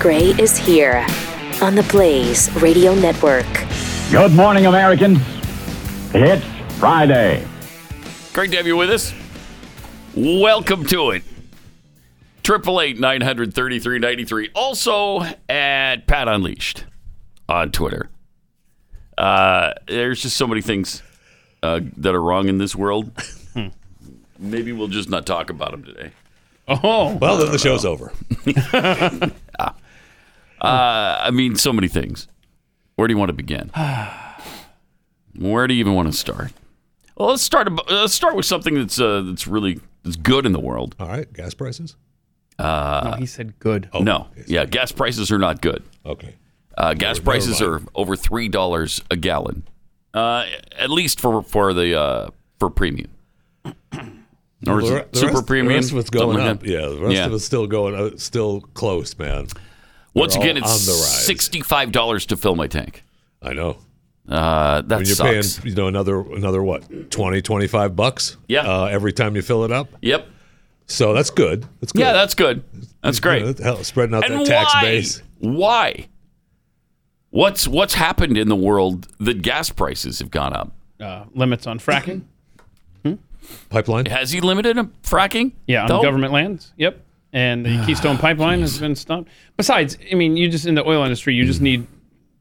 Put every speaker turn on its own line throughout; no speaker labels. Gray is here on the Blaze Radio Network.
Good morning, Americans. It's Friday.
Great to have you with us. Welcome to it. Triple eight nine hundred thirty three ninety three. Also at Pat Unleashed on Twitter. Uh, there's just so many things uh, that are wrong in this world. Maybe we'll just not talk about them today.
Oh,
Well, then the show's over.
I mean, so many things. Where do you want to begin? Where do you even want to start? Well, let's start. ab- Let's start with something that's uh, that's really that's good in the world.
All right, gas prices.
no, he said good.
Oh,
no, yeah, gas prices are not good.
Okay.
Uh, gas prices are over three dollars a gallon, uh, at least for for the uh, for premium. Or is
The re-
it
the
super
rest-
premium?
The rest of it's
Something
going
like
up.
that.
Yeah, the rest
Yeah.
of it's still going. Uh, still close, man.
Once
all
again,
on
it's
the rise.
sixty-five dollars to fill my tank.
I know.
Uh, that
When you're
sucks.
paying, you know, another another what, 20, 25 bucks.
Yeah.
Uh, every time you fill it up.
yep.
So that's good. That's good.
Yeah, that's good. That's great.
You know, that helps spreading out
and
that tax
why?
base.
Why? What's what's happened in the world that gas prices have gone up?
Uh, limits on fracking.
Pipeline.
Has he limited um, fracking?
Yeah, on
No?
government lands. Yep. And the Keystone Pipeline has been stopped. Besides, I mean, you just in the oil industry, you just need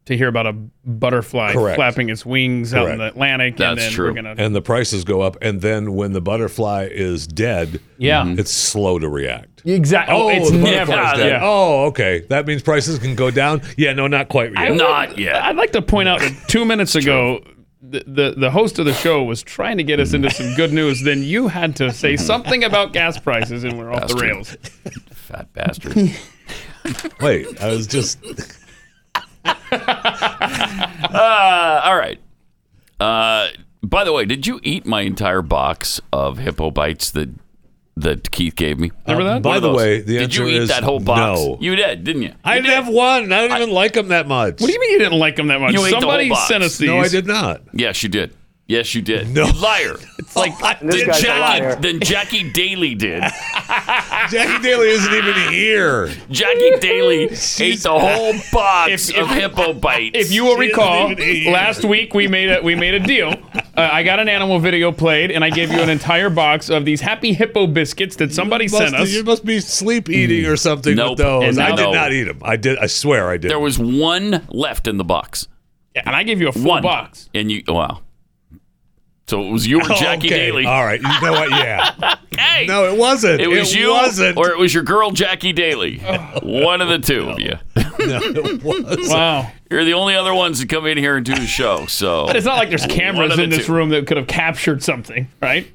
to hear about a butterfly
Correct.
flapping its wings out in
Correct.
the Atlantic,
That's
and then
true.
we're gonna.
And the prices go up. And then when the butterfly is dead, Mhm.
Yeah.
Mm-hmm.
it's slow to react.
exactly. Oh, it's
the
never.
butterfly's dead.
Yeah.
Oh, okay. That means prices can go down. Yeah, no, Oh, not quite yet.
Not yet.
I'd like to point out that two minutes ago, the, the the host of the show was trying to get us into some good news. Then you had to say something about gas prices, and we're off the
Bastard.
rails.
Fat bastard.
Wait, I was just
Uh, all right. Uh, by the way, did you eat my entire box of hippo bites that that Keith gave me?
Remember that?
By
One of
the
those.
way, the
did
answer
you eat
is
that whole box?
no.
You did, didn't you?
I didn't have one. I don't even like them that much.
What do you mean you didn't like them that much?
You ate the whole
Somebody
box.
sent us these.
No, I did not.
Yes, you did. Yes, you did.
No. Oh,
You liar.
It's like
Then
guy's a liar.
Jackie, then Jackie Daly did.
Jackie Daly isn't even here.
Jackie Daly ate the whole box
If- if-
of hippo bites.
If you will
She
recall,
doesn't even eat.
last week we made a we made a deal. Uh, I got an animal video played, and I gave you an entire box of these Happy Hippo biscuits that somebody
must,
sent us.
You must be sleep eating or something
Nope.
with those.
And
I
no.
did not eat them. I did. I swear I did.
there was one left in the box.
And I gave you a full
One
box.
And you wow. So it was you or Jackie Daly.
Oh, All right. You know what? Yeah.
Hey!
No, it wasn't.
It was you,
wasn't.
or it was your girl Jackie Daly. One of the two of you.
no, it was.
Wow.
You're the only other ones that come in here and do the show. So
But it's not like there's
One
cameras
of the
in this
two.
room that could have captured something, right?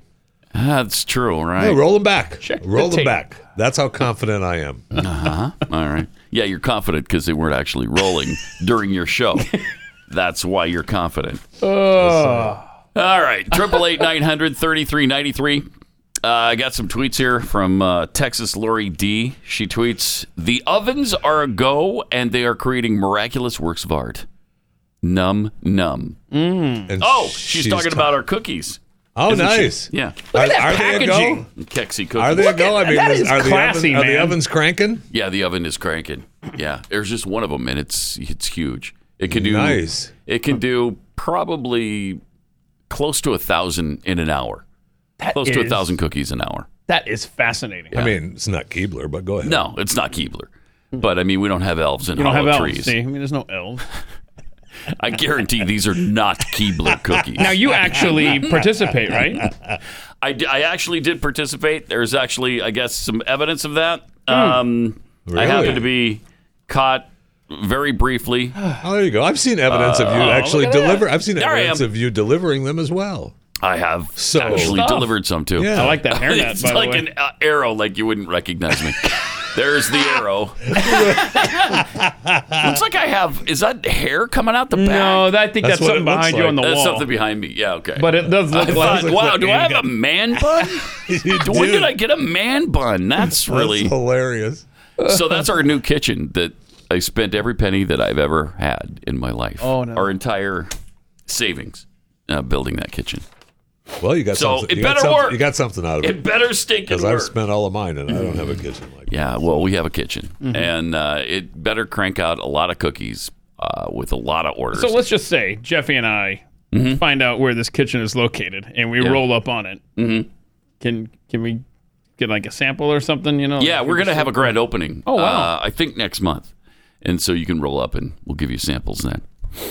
that's true,
Hey,
right?
roll them back.
Check the
roll them
tape.
back. That's how confident I am.
All right. Yeah, you're confident because they weren't actually rolling during your show. That's why you're confident.
uh,
All right. Triple eight nine hundred thirty three ninety three. I got some tweets here from uh, Texas Lori D. She tweets: "The ovens are a go, and they are creating miraculous works of art. Num num.
And
Oh, she's, talking
ta-
about our cookies.
Oh, nice.
Yeah,
Are,
that
are they a go?
packaging.
Kexi cookies.
Are they a go? I mean,
that is
are, the
classy,
oven- are the
man.
ovens cranking?
Yeah, the oven is cranking. Yeah, there's just one of them, and it's it's huge. It can do
Nice.
It can do probably close to a thousand in an hour. close to a
is-
thousand cookies an hour.
That is fascinating.
I mean, it's not Keebler, but go ahead.
No, it's not Keebler. But I mean, we don't have elves and
You don't have
hollow
elves.
trees.
See, I mean, there's no elves.
I guarantee these are not Keebler cookies.
Now you actually participate, right?
I, d- I actually did participate. There's actually, I guess, some evidence of that.
Hmm.
Um, I happened
Really?
to be caught very briefly.
Oh, there you go. I've seen evidence of
Oh,
you actually deliver. I've seen
I
evidence
am.
of you delivering them as well.
I have
So-
actually
Stuff.
delivered some too.
Yeah.
I like that hairnet,
it's
by
like
the way.
an uh, arrow, like you wouldn't recognize me. There's the arrow. Looks like I have. Is that hair coming out the back?
no, that, I think that's,
That's what
something
it looks
behind you
like.
on the
that's
wall.
something behind me. Yeah, okay.
but it does
I
look
thought,
like
wow, do I
you
have
got-
a man bun? when did I get a man bun? That's really
That's hilarious.
so. That's our new kitchen that I spent every penny that I've ever had in my life.
Oh, no.
Our entire savings uh, building that kitchen.
Well, you got
So
something.
it
you got
better
something-
work.
You got something out of
It
it
better stink and
because I've
work.
spent all of mine and I don't have a kitchen like.
Yeah, well, we have a kitchen,
Mm-hmm.
and uh, it better crank out a lot of cookies uh, with a lot of orders.
So let's just say Jeffy and I
Mm-hmm.
find out where this kitchen is located, and we roll up on it. Mm-hmm. Can can we get like a sample or something? You know?
yeah, we're gonna have a grand opening. Oh
wow.
Uh, I think next month, and so you can roll up, and we'll give you samples then.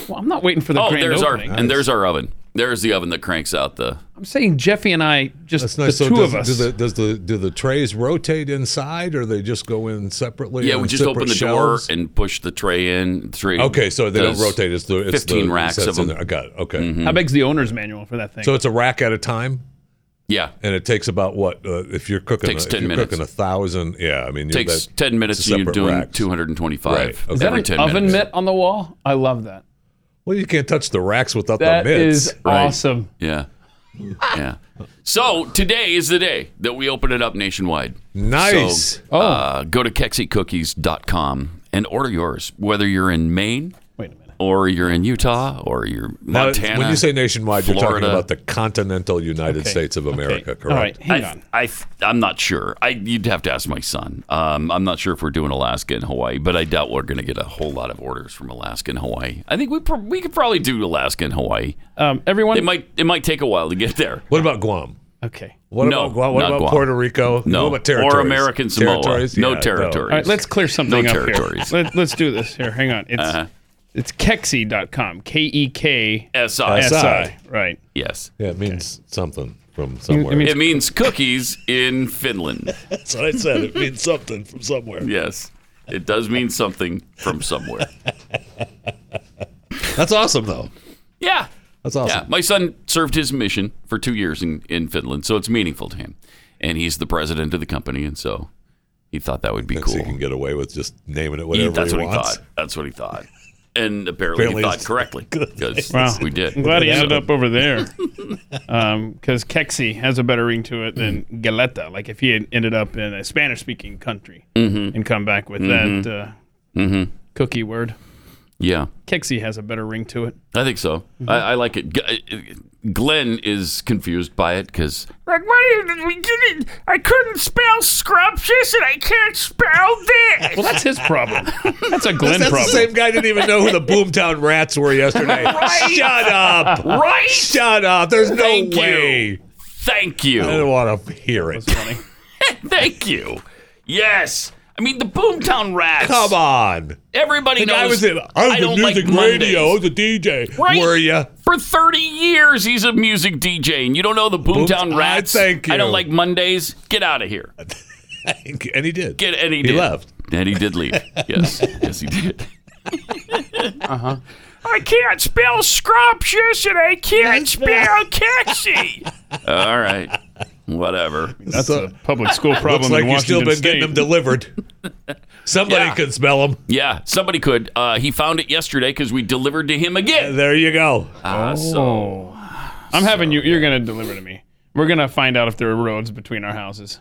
Well, I'm not waiting for the
Oh,
grand
there's
opening.
our and there's our oven. There's the oven that cranks out the.
I'm saying Jeffy and I just
That's nice.
the
so
two
does,
of us.
Do the, does the do the trays rotate inside, or they just go in separately?
Yeah,
on
we just open
separate
the
shelves?
door and push the tray in. The tray
Okay, so they don't
does
rotate. It's the it's the-
15
it
racks
sets
of
in
them. Mm-hmm.
there. I got it. Okay,
How big's the owner's manual for that thing?
so it's a rack at a time,
Yeah,
and it takes about what uh, if you're cooking
Takes
a,
10
if you're
minutes.
cooking a thousand. Yeah, I mean you're
takes
that-
ten minutes,
it's
and you're
separate
doing
racks.
225
Right, okay.
is that
every
an
10
oven
minutes.
mitt on the wall? I love that.
Well, you can't touch the racks without
That
the mitts.
is awesome.
Yeah, yeah. So today is the day that we open it up nationwide.
nice.
So, uh, go to kexicookies.com and order yours, whether you're in Maine
Wait a minute.
or you're in Utah or you're
Now,
Montana.
when you say nationwide, you're talking
Florida.
about the continental United
Okay,
States of America,
okay.
correct?
All right, hang
I,
on.
I, I'm not sure. I, you'd have to ask my son. Um, I'm not sure if we're doing Alaska and Hawaii, but I doubt we're going to get a whole lot of orders from Alaska and Hawaii. I think we pro- we could probably do Alaska and Hawaii.
Um, everyone.
It might it might take a while to get there.
What about Guam?
okay.
What
No,
about Guam? What
not
about
Guam.
Puerto Rico?
No.
What about territories?
Or American Samoa.
Territories?
No
Yeah,
territory.
All right, let's clear something
No
up
territories. Uh-huh.
here. Let, let's do this here. Hang on. It's it's kexi.com. K E K
SI.
S
SI.
I. Right.
Yes.
Yeah, it means something from somewhere.
means-
It means cookies in Finland.
That's what I said. It means something from somewhere.
Yes. It does mean something from somewhere.
That's awesome, though.
Yeah.
That's
Yeah,
awesome.
my son served his mission for two years in, in Finland, so it's meaningful to him. And he's the president of the company, and so he thought that would be
Thinks
cool.
he can get away with just naming
He-
it whatever
that's
he
what he
wants.
thought. That's what he thought. And apparently,
Apparently
he thought
it's-
correctly because
Wow.
we did.
I'm glad he ended up over there. Um, 'cause because Kexi has a better ring to it than
Mm-hmm.
Galeta. Like if he had ended up in a Spanish speaking country
Mm-hmm.
and come back with that uh, cookie word,
Yeah,
Kexi has a better ring to it.
I think so.
Mm-hmm.
I, I like it. G- uh, Glenn is confused by it because
Like, what did we get it? I couldn't spell scrumptious and I can't spell this.
Well, that's his problem. That's a Glenn
That's
problem.
the same guy didn't even know who the Boomtown Rats were yesterday. Shut up!
right.
Shut up! There's no
Thank you.
way.
Thank
I don't
you.
want to hear it.
Funny.
Thank you. Yes. I mean the Boomtown Rats.
Come on.
Everybody
The
knows.
guy was in.
I
I was
don't
in music
like Mondays.
radio. I was a DJ.
Right.
Were you?
For 30 years, he's a music DJ, and you don't know the Boomtown
Boom-
Rats.
I thank you.
I don't like Mondays. Get out of here.
and he did.
Get and he,
He
did.
left.
And he did leave. Yes, yes, he did.
Uh-huh. I can't spell scrumptious and I can't spell kexy.
All right, whatever.
That's a public school
Looks
problem
like
in
you've still
Washington
been
State.
getting them delivered. Somebody
Yeah.
could smell them.
Yeah, somebody could. Uh, he found it yesterday because we delivered to him again.
There you go.
Uh, so
I'm having you. You're gonna deliver to me. We're gonna find out if there are roads between our houses.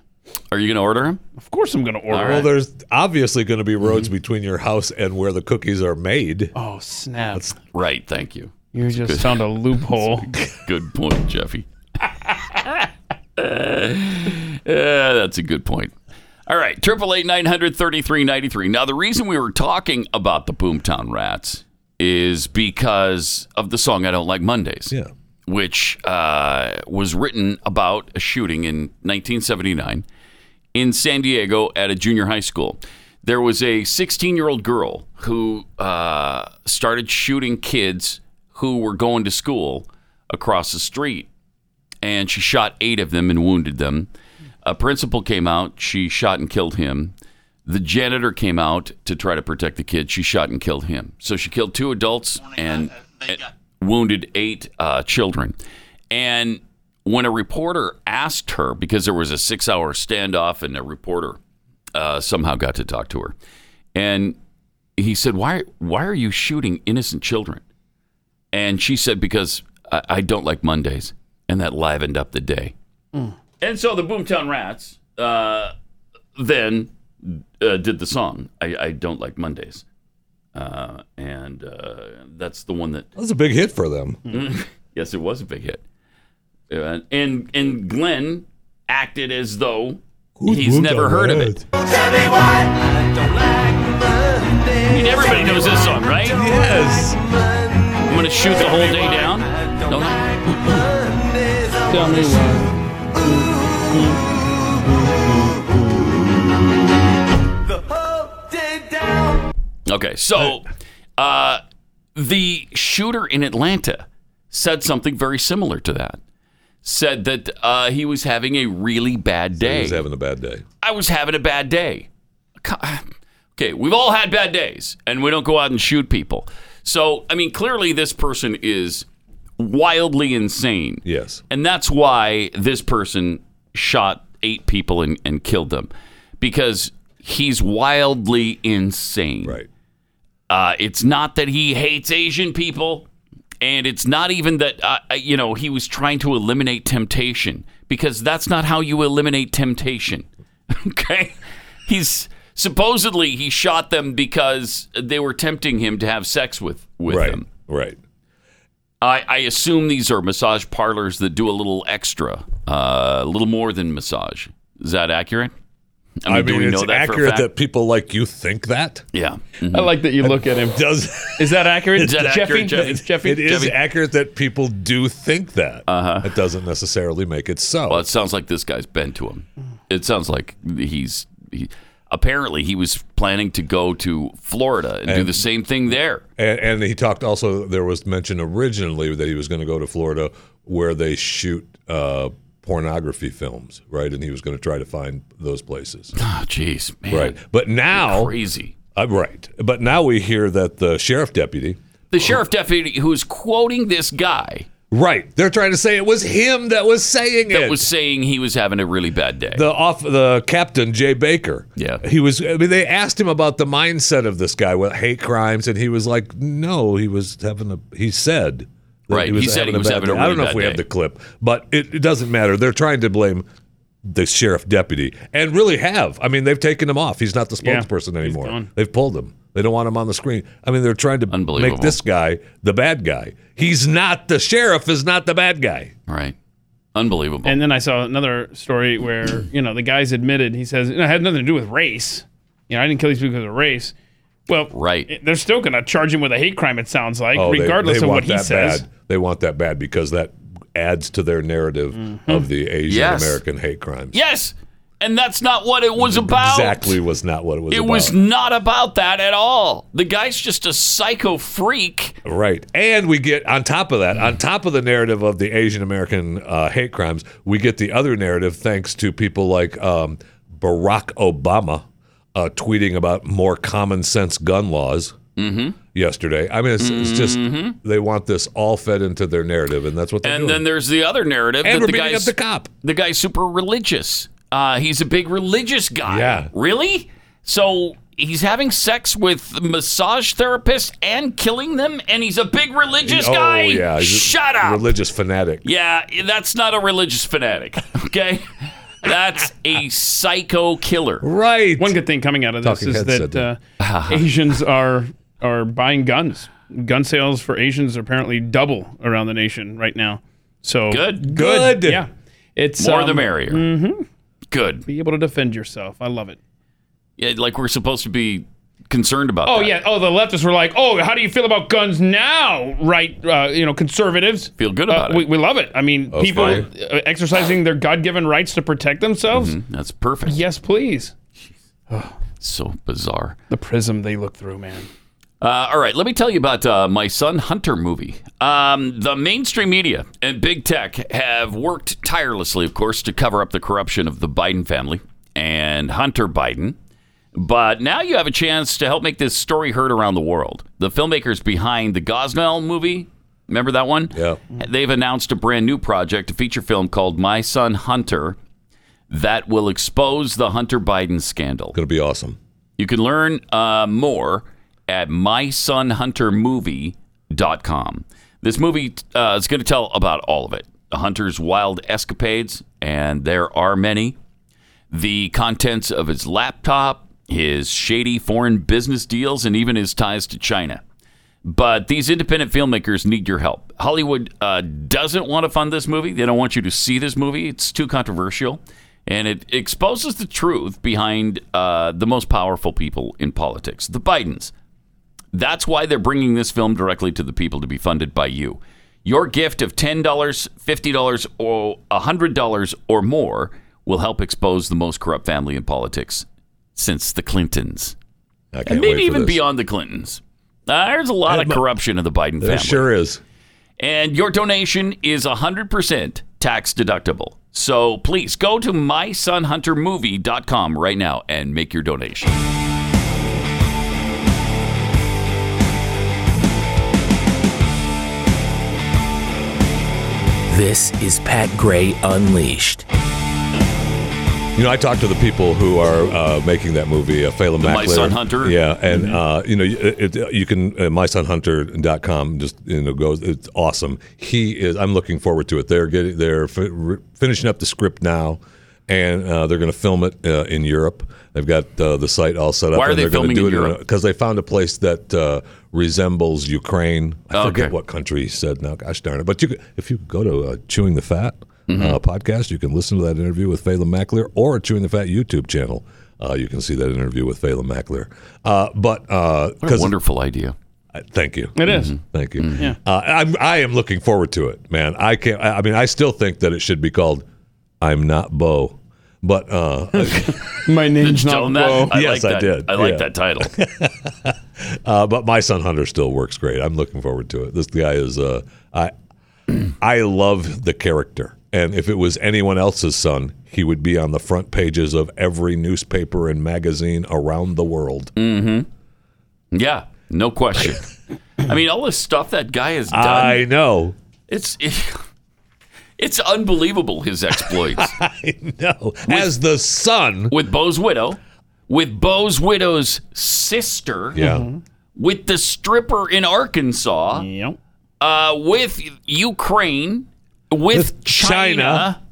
are you going to order him?
Of course, I'm gonna order.
Well, there's obviously going to be roads
Mm-hmm.
between your house and where the cookies are made.
Oh snap!
Right. Thank you.
You just found a loophole.
Good point, Jeffy. Uh, that's a good point. All right, triple eight nine hundred thirty three ninety three. Now, the reason we were talking about the Boomtown Rats is because of the song "I Don't Like Mondays,"
Yeah.
which uh, was written about a shooting in 1979 in San Diego at a junior high school. There was a 16 year old girl who uh, started shooting kids who were going to school across the street, and she shot eight of them and wounded them. A principal came out, she shot and killed him. The janitor came out to try to protect the kid. She shot and killed him. So she killed two adults and, and wounded eight uh, children. And when a reporter asked her, because there was a six hour standoff, and a reporter uh, somehow got to talk to her, and he said, "Why, why are you shooting innocent children?" And she said, "Because I, I don't like Mondays," and that livened up the day. And so the Boomtown Rats uh, then uh, did the song I, "I Don't Like Mondays," uh, and uh, that's the one that
That was a big hit for them.
yes, it was a big hit. Uh, and and Glenn acted as though he's never heard of it. I mean, everybody knows this song, right?
Yes.
I'm gonna shoot the whole day down. Don't I?
Tell me why.
Okay, so uh, the shooter in Atlanta said something very similar to that. Said that uh, he was having a really bad day.
He's having a bad day.
I was having a bad day. Co- Okay, we've all had bad days, and we don't go out and shoot people. So, I mean, clearly this person is wildly insane.
Yes.
And that's why this person shot eight people and, and killed them because he's wildly insane.
Right.
Uh, it's not that he hates Asian people, and it's not even that uh, uh, you know he was trying to eliminate temptation because that's not how you eliminate temptation. okay, he's supposedly he shot them because they were tempting him to have sex with with
Right.
them.
Right.
I, I assume these are massage parlors that do a little extra, uh, a little more than massage. Is that accurate? I mean, do we know
it's
that for a
accurate
fact?
that people like you think that.
Yeah.
I like that you look at him.
Does
Is that accurate?
Is that
Jeffy?
accurate, Jeffy?
It's Jeffy?
it is
Debbie?
accurate that people do think that? Uh huh. It doesn't necessarily make it so.
Uh-huh. Well, it sounds like this guy's been to him.
Mm.
It sounds like he's he, apparently he was planning to go to Florida and, do the same thing there.
And, and he talked also. There was mention originally that he was going to go to Florida, where they shoot uh, pornography films, right? And he was going to try to find those places,
Oh, jeez, man,
right? But now,
crazy.
uh, right? But now we hear that the sheriff deputy,
The sheriff deputy who is quoting this guy
right? They're trying to say it was him that was saying
that
it.
was saying he was having a really bad day.
the off the captain Jay Baker.
Yeah.
he was. I mean, they asked him about the mindset of this guy with hate crimes, and he was like, "No, he was having a." He said. that
Right, he said he was
bad
having a
day. I
really
don't know
bad
if we
day.
have the clip, but it, it doesn't matter. They're trying to blame the sheriff deputy, and really have. I mean, they've taken him off. He's not the
Yeah,
spokesperson
he's
anymore.
gone.
They've pulled him. They don't want him on the screen. I mean, they're trying to
Unbelievable.
make this guy the bad guy. He's not the sheriff. Is not the bad guy.
right, unbelievable.
And then I saw another story where, you know, the guy's admitted, he says, it had nothing to do with race. You know, I didn't kill these people because of race. Well,
Right.
it- They're still going to charge him with a hate crime, it sounds like,
Oh, they-
regardless
they
of
want
what he
that
says.
Bad. They want that bad because that adds to their narrative of the Asian
Yes.
American hate crimes.
yes, and that's not what it was about.
Exactly was not what it was
It
about.
was not about that at all. The guy's just a psycho freak.
right. And we get on top of that, on top of the narrative of the Asian American uh, hate crimes, we get the other narrative thanks to people like um, Barack Obama uh, tweeting about more common sense gun laws.
Mm-hmm.
Yesterday, I mean, it's, it's just they want this all fed into their narrative, and that's what they're
And
doing.
then there's the other narrative
and
that
we're
the
beating
guy's
up the cop.
the guy's super religious. Uh, he's a big religious guy.
Yeah.
Really? So he's having sex with massage therapists and killing them, and he's a big religious
oh,
guy?
yeah, he's a
Shut up.
Religious fanatic.
yeah, that's not a religious fanatic, okay? that's a psycho killer.
Right.
One good thing coming out of this
Talking
is
Heads
that
said
uh, Asians are are buying guns. Gun sales for Asians are apparently double around the nation right now. So
Good.
Good.
Yeah. It's
More
um,
the merrier.
Mm-hmm.
Good.
Be able to defend yourself. I love it.
Yeah, like we're supposed to be concerned about
Oh
that.
yeah. Oh, the leftists were like, "Oh, how do you feel about guns now?" Right? Uh, you know, conservatives
Feel good about it.
uh, We, we love it. I mean,
Oh,
people
fine.
uh, exercising their God-given rights to protect themselves.
That's perfect.
Yes, please.
So bizarre.
The prism they look through, man.
Uh, all right, let me tell you about uh, my son Hunter movie. Um, the mainstream media and big tech have worked tirelessly, of course, to cover up the corruption of the Biden family and Hunter Biden. But now you have a chance to help make this story heard around the world. The filmmakers behind the Gosnell movie, remember that one?
Yeah.
They've announced a brand new project, a feature film called My Son Hunter, that will expose the Hunter Biden scandal.
Going to be awesome.
You can learn uh, more at mysonhuntermovie.com. This movie uh, is going to tell about all of it the hunter's wild escapades, and there are many, the contents of his laptop, his shady foreign business deals, and even his ties to China. But these independent filmmakers need your help. Hollywood uh, doesn't want to fund this movie. They don't want you to see this movie. It's too controversial, and it exposes the truth behind uh, the most powerful people in politics, the Bidens. That's why they're bringing this film directly to the people to be funded by you. Your gift of $10, $50, or $100 or more will help expose the most corrupt family in politics since the Clintons.
I can't
And
wait
maybe
for
even
this.
beyond the Clintons. Uh, there's a lot of corruption in the Biden
There
family.
sure is.
And your donation is 100% tax deductible. So please go to mysonhuntermovie.com right now and make your donation.
This is Pat Gray Unleashed.
You know, I talked to the people who are uh, making that movie, uh, Phelan
My
Mackler.
Son Hunter? Mm-hmm.
Yeah, and uh, you know, it, it, you can uh, mysonhunter.com just you know goes. It's awesome. He is. I'm looking forward to it. They're getting they're fi- re- finishing up the script now, and uh, they're going to film it uh, in Europe. They've got uh, the site all set up.
Why are
and
they
they're
filming
gonna do
in
it
Europe?
Because they found a place that uh, resembles Ukraine. I
Oh, Okay.
forget what country he said now. Gosh darn it! But you, could- if you go to uh, Chewing the Fat
Mm-hmm.
uh, podcast, you can listen to that interview with Phelan Mackler or Chewing the Fat YouTube channel. Uh, you can see that interview with Phelan Mackler. Uh, but
What a
because
wonderful idea.
thank you,
It is. Mm-hmm.
thank you. Uh, I'm, I am looking forward to it, man. I can't. I, I mean, I still think that it should be called "I'm Not Bo," but uh,
Mm-hmm. My name's
Tell
not
them that.
Bo.
I
Yes,
like
I
that.
did.
I like
Yeah.
that title.
Uh, but my son Hunter still works great. I'm looking forward to it. This guy is uh, I I love the character, and if it was anyone else's son, he would be on the front pages of every newspaper and magazine around the world.
Yeah, no question. I mean, all this stuff that guy has done,
I know,
it's it's unbelievable his exploits
I know. As the son,
with Bo's widow, with Bo's widow's sister,
yeah,
with the stripper in Arkansas,
Yep.
uh, with Ukraine, with,
With
China,
China.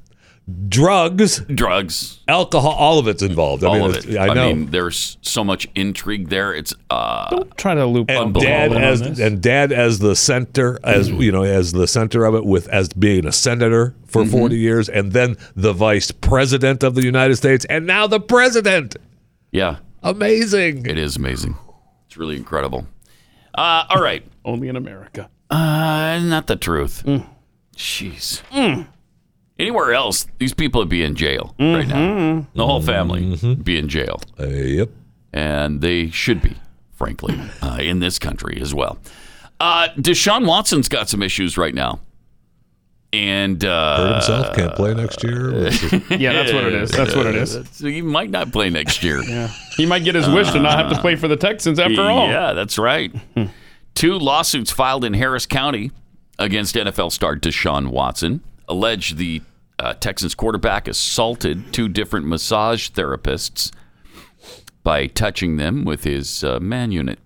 drugs,
drugs,
alcohol, all of it's involved. I
all
mean,
of
it's-
it.
I know.
mean, there's so much intrigue there. It's uh,
Try to loop
and
Unbelievable
dad
on
as
this.
and dad as the center as
Mm.
you know as the center of it with as being a senator for
Mm-hmm.
40 years and then the vice president of the United States and now the president
yeah,
amazing
it is amazing. It's really incredible. Uh, all right.
only in America.
Uh, not the truth. Jeez. Anywhere else, these people would be in jail right now. The whole family would be in jail,
Uh, yep
and they should be, frankly, uh, in this country as well. Uh, Deshaun Watson's got some issues right now, and
Hurt
uh,
himself can't play next year
Yeah, that's what it is. That's what it is.
so he might not play next year.
He might get his wish to not have to play for the Texans after all.
Yeah, that's right. Two lawsuits filed in Harris County against NFL star Deshaun Watson allege the uh, Texans quarterback assaulted two different massage therapists by touching them with his uh, man unit.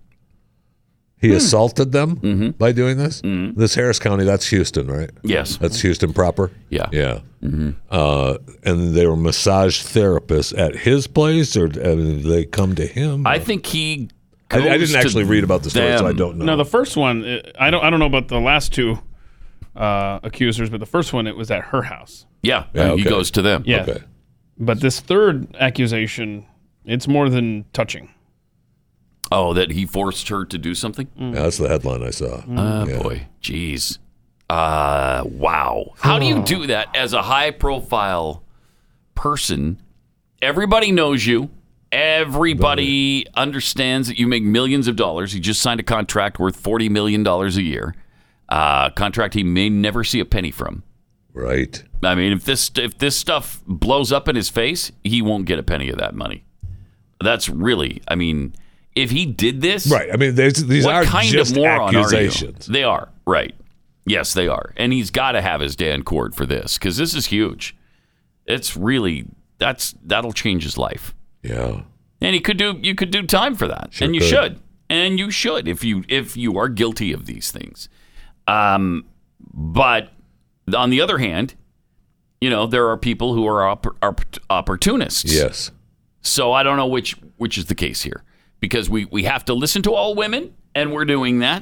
he assaulted them
Mm-hmm.
by doing this this Harris County that's Houston right
Yes.
that's Houston proper
Yeah. Mm-hmm.
yeah uh, and they were massage therapists at his place or uh, they come to him
I think he.
I, I
goes
didn't
to
actually read about the story so I
them.
don't know
No, the first one, uh, I don't, I don't know about the last two uh, accusers, but the first one, it was at her house.
Yeah,
Yeah,
he
okay.
goes to them.
Yeah.
okay
But this third accusation, it's more than touching.
Oh, that he forced her to do something?
Yeah, that's the headline I saw.
Oh, boy. Jeez. Uh, wow. How do you do that as a high profile person? Everybody knows you. Everybody understands that you make millions of dollars. You just signed a contract worth $40 million a year. Uh, contract he may never see a penny from.
Right.
I mean, if this if this stuff blows up in his face, he won't get a penny of that money. That's really, I mean, if he did this,
Right. I mean, these, these
what
are
kind
just
of moron
accusations.
are you? They are right. Yes, they are, and he's got to have his day in court for this because this is huge. It's really that's that'll change his life,
Yeah.
and he could do you could do time for that,
Sure
and you
could.
should, and you should if you if you are guilty of these things. Um, but on the other hand, you know there are people who are oppor- oppor- opportunists.
Yes.
So I don't know which which is the case here because we we have to listen to all women and we're doing that.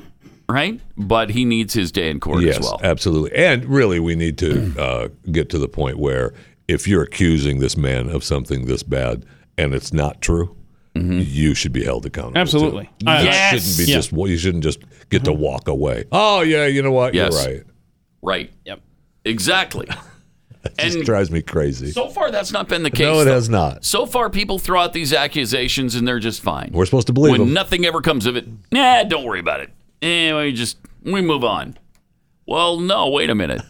right? But he needs his day in court
Yes,
as well.
absolutely. And really, we need to uh, get to the point where if you're accusing this man of something this bad and it's not true, you should be held accountable. too.
Absolutely.
You
I-
Yes!
shouldn't be
Yeah.
just. You shouldn't just get to walk away. Oh yeah, you know what?
Yes.
You're right.
Right.
Yep.
Exactly.
It
and
drives me crazy.
so far, that's not been the case.
no, it
though.
has not.
So far, people throw out these accusations and they're just fine.
We're supposed to believe
when
him.
nothing ever comes of it, nah, don't worry about it. Eh, we just we move on. Well, no, wait a minute.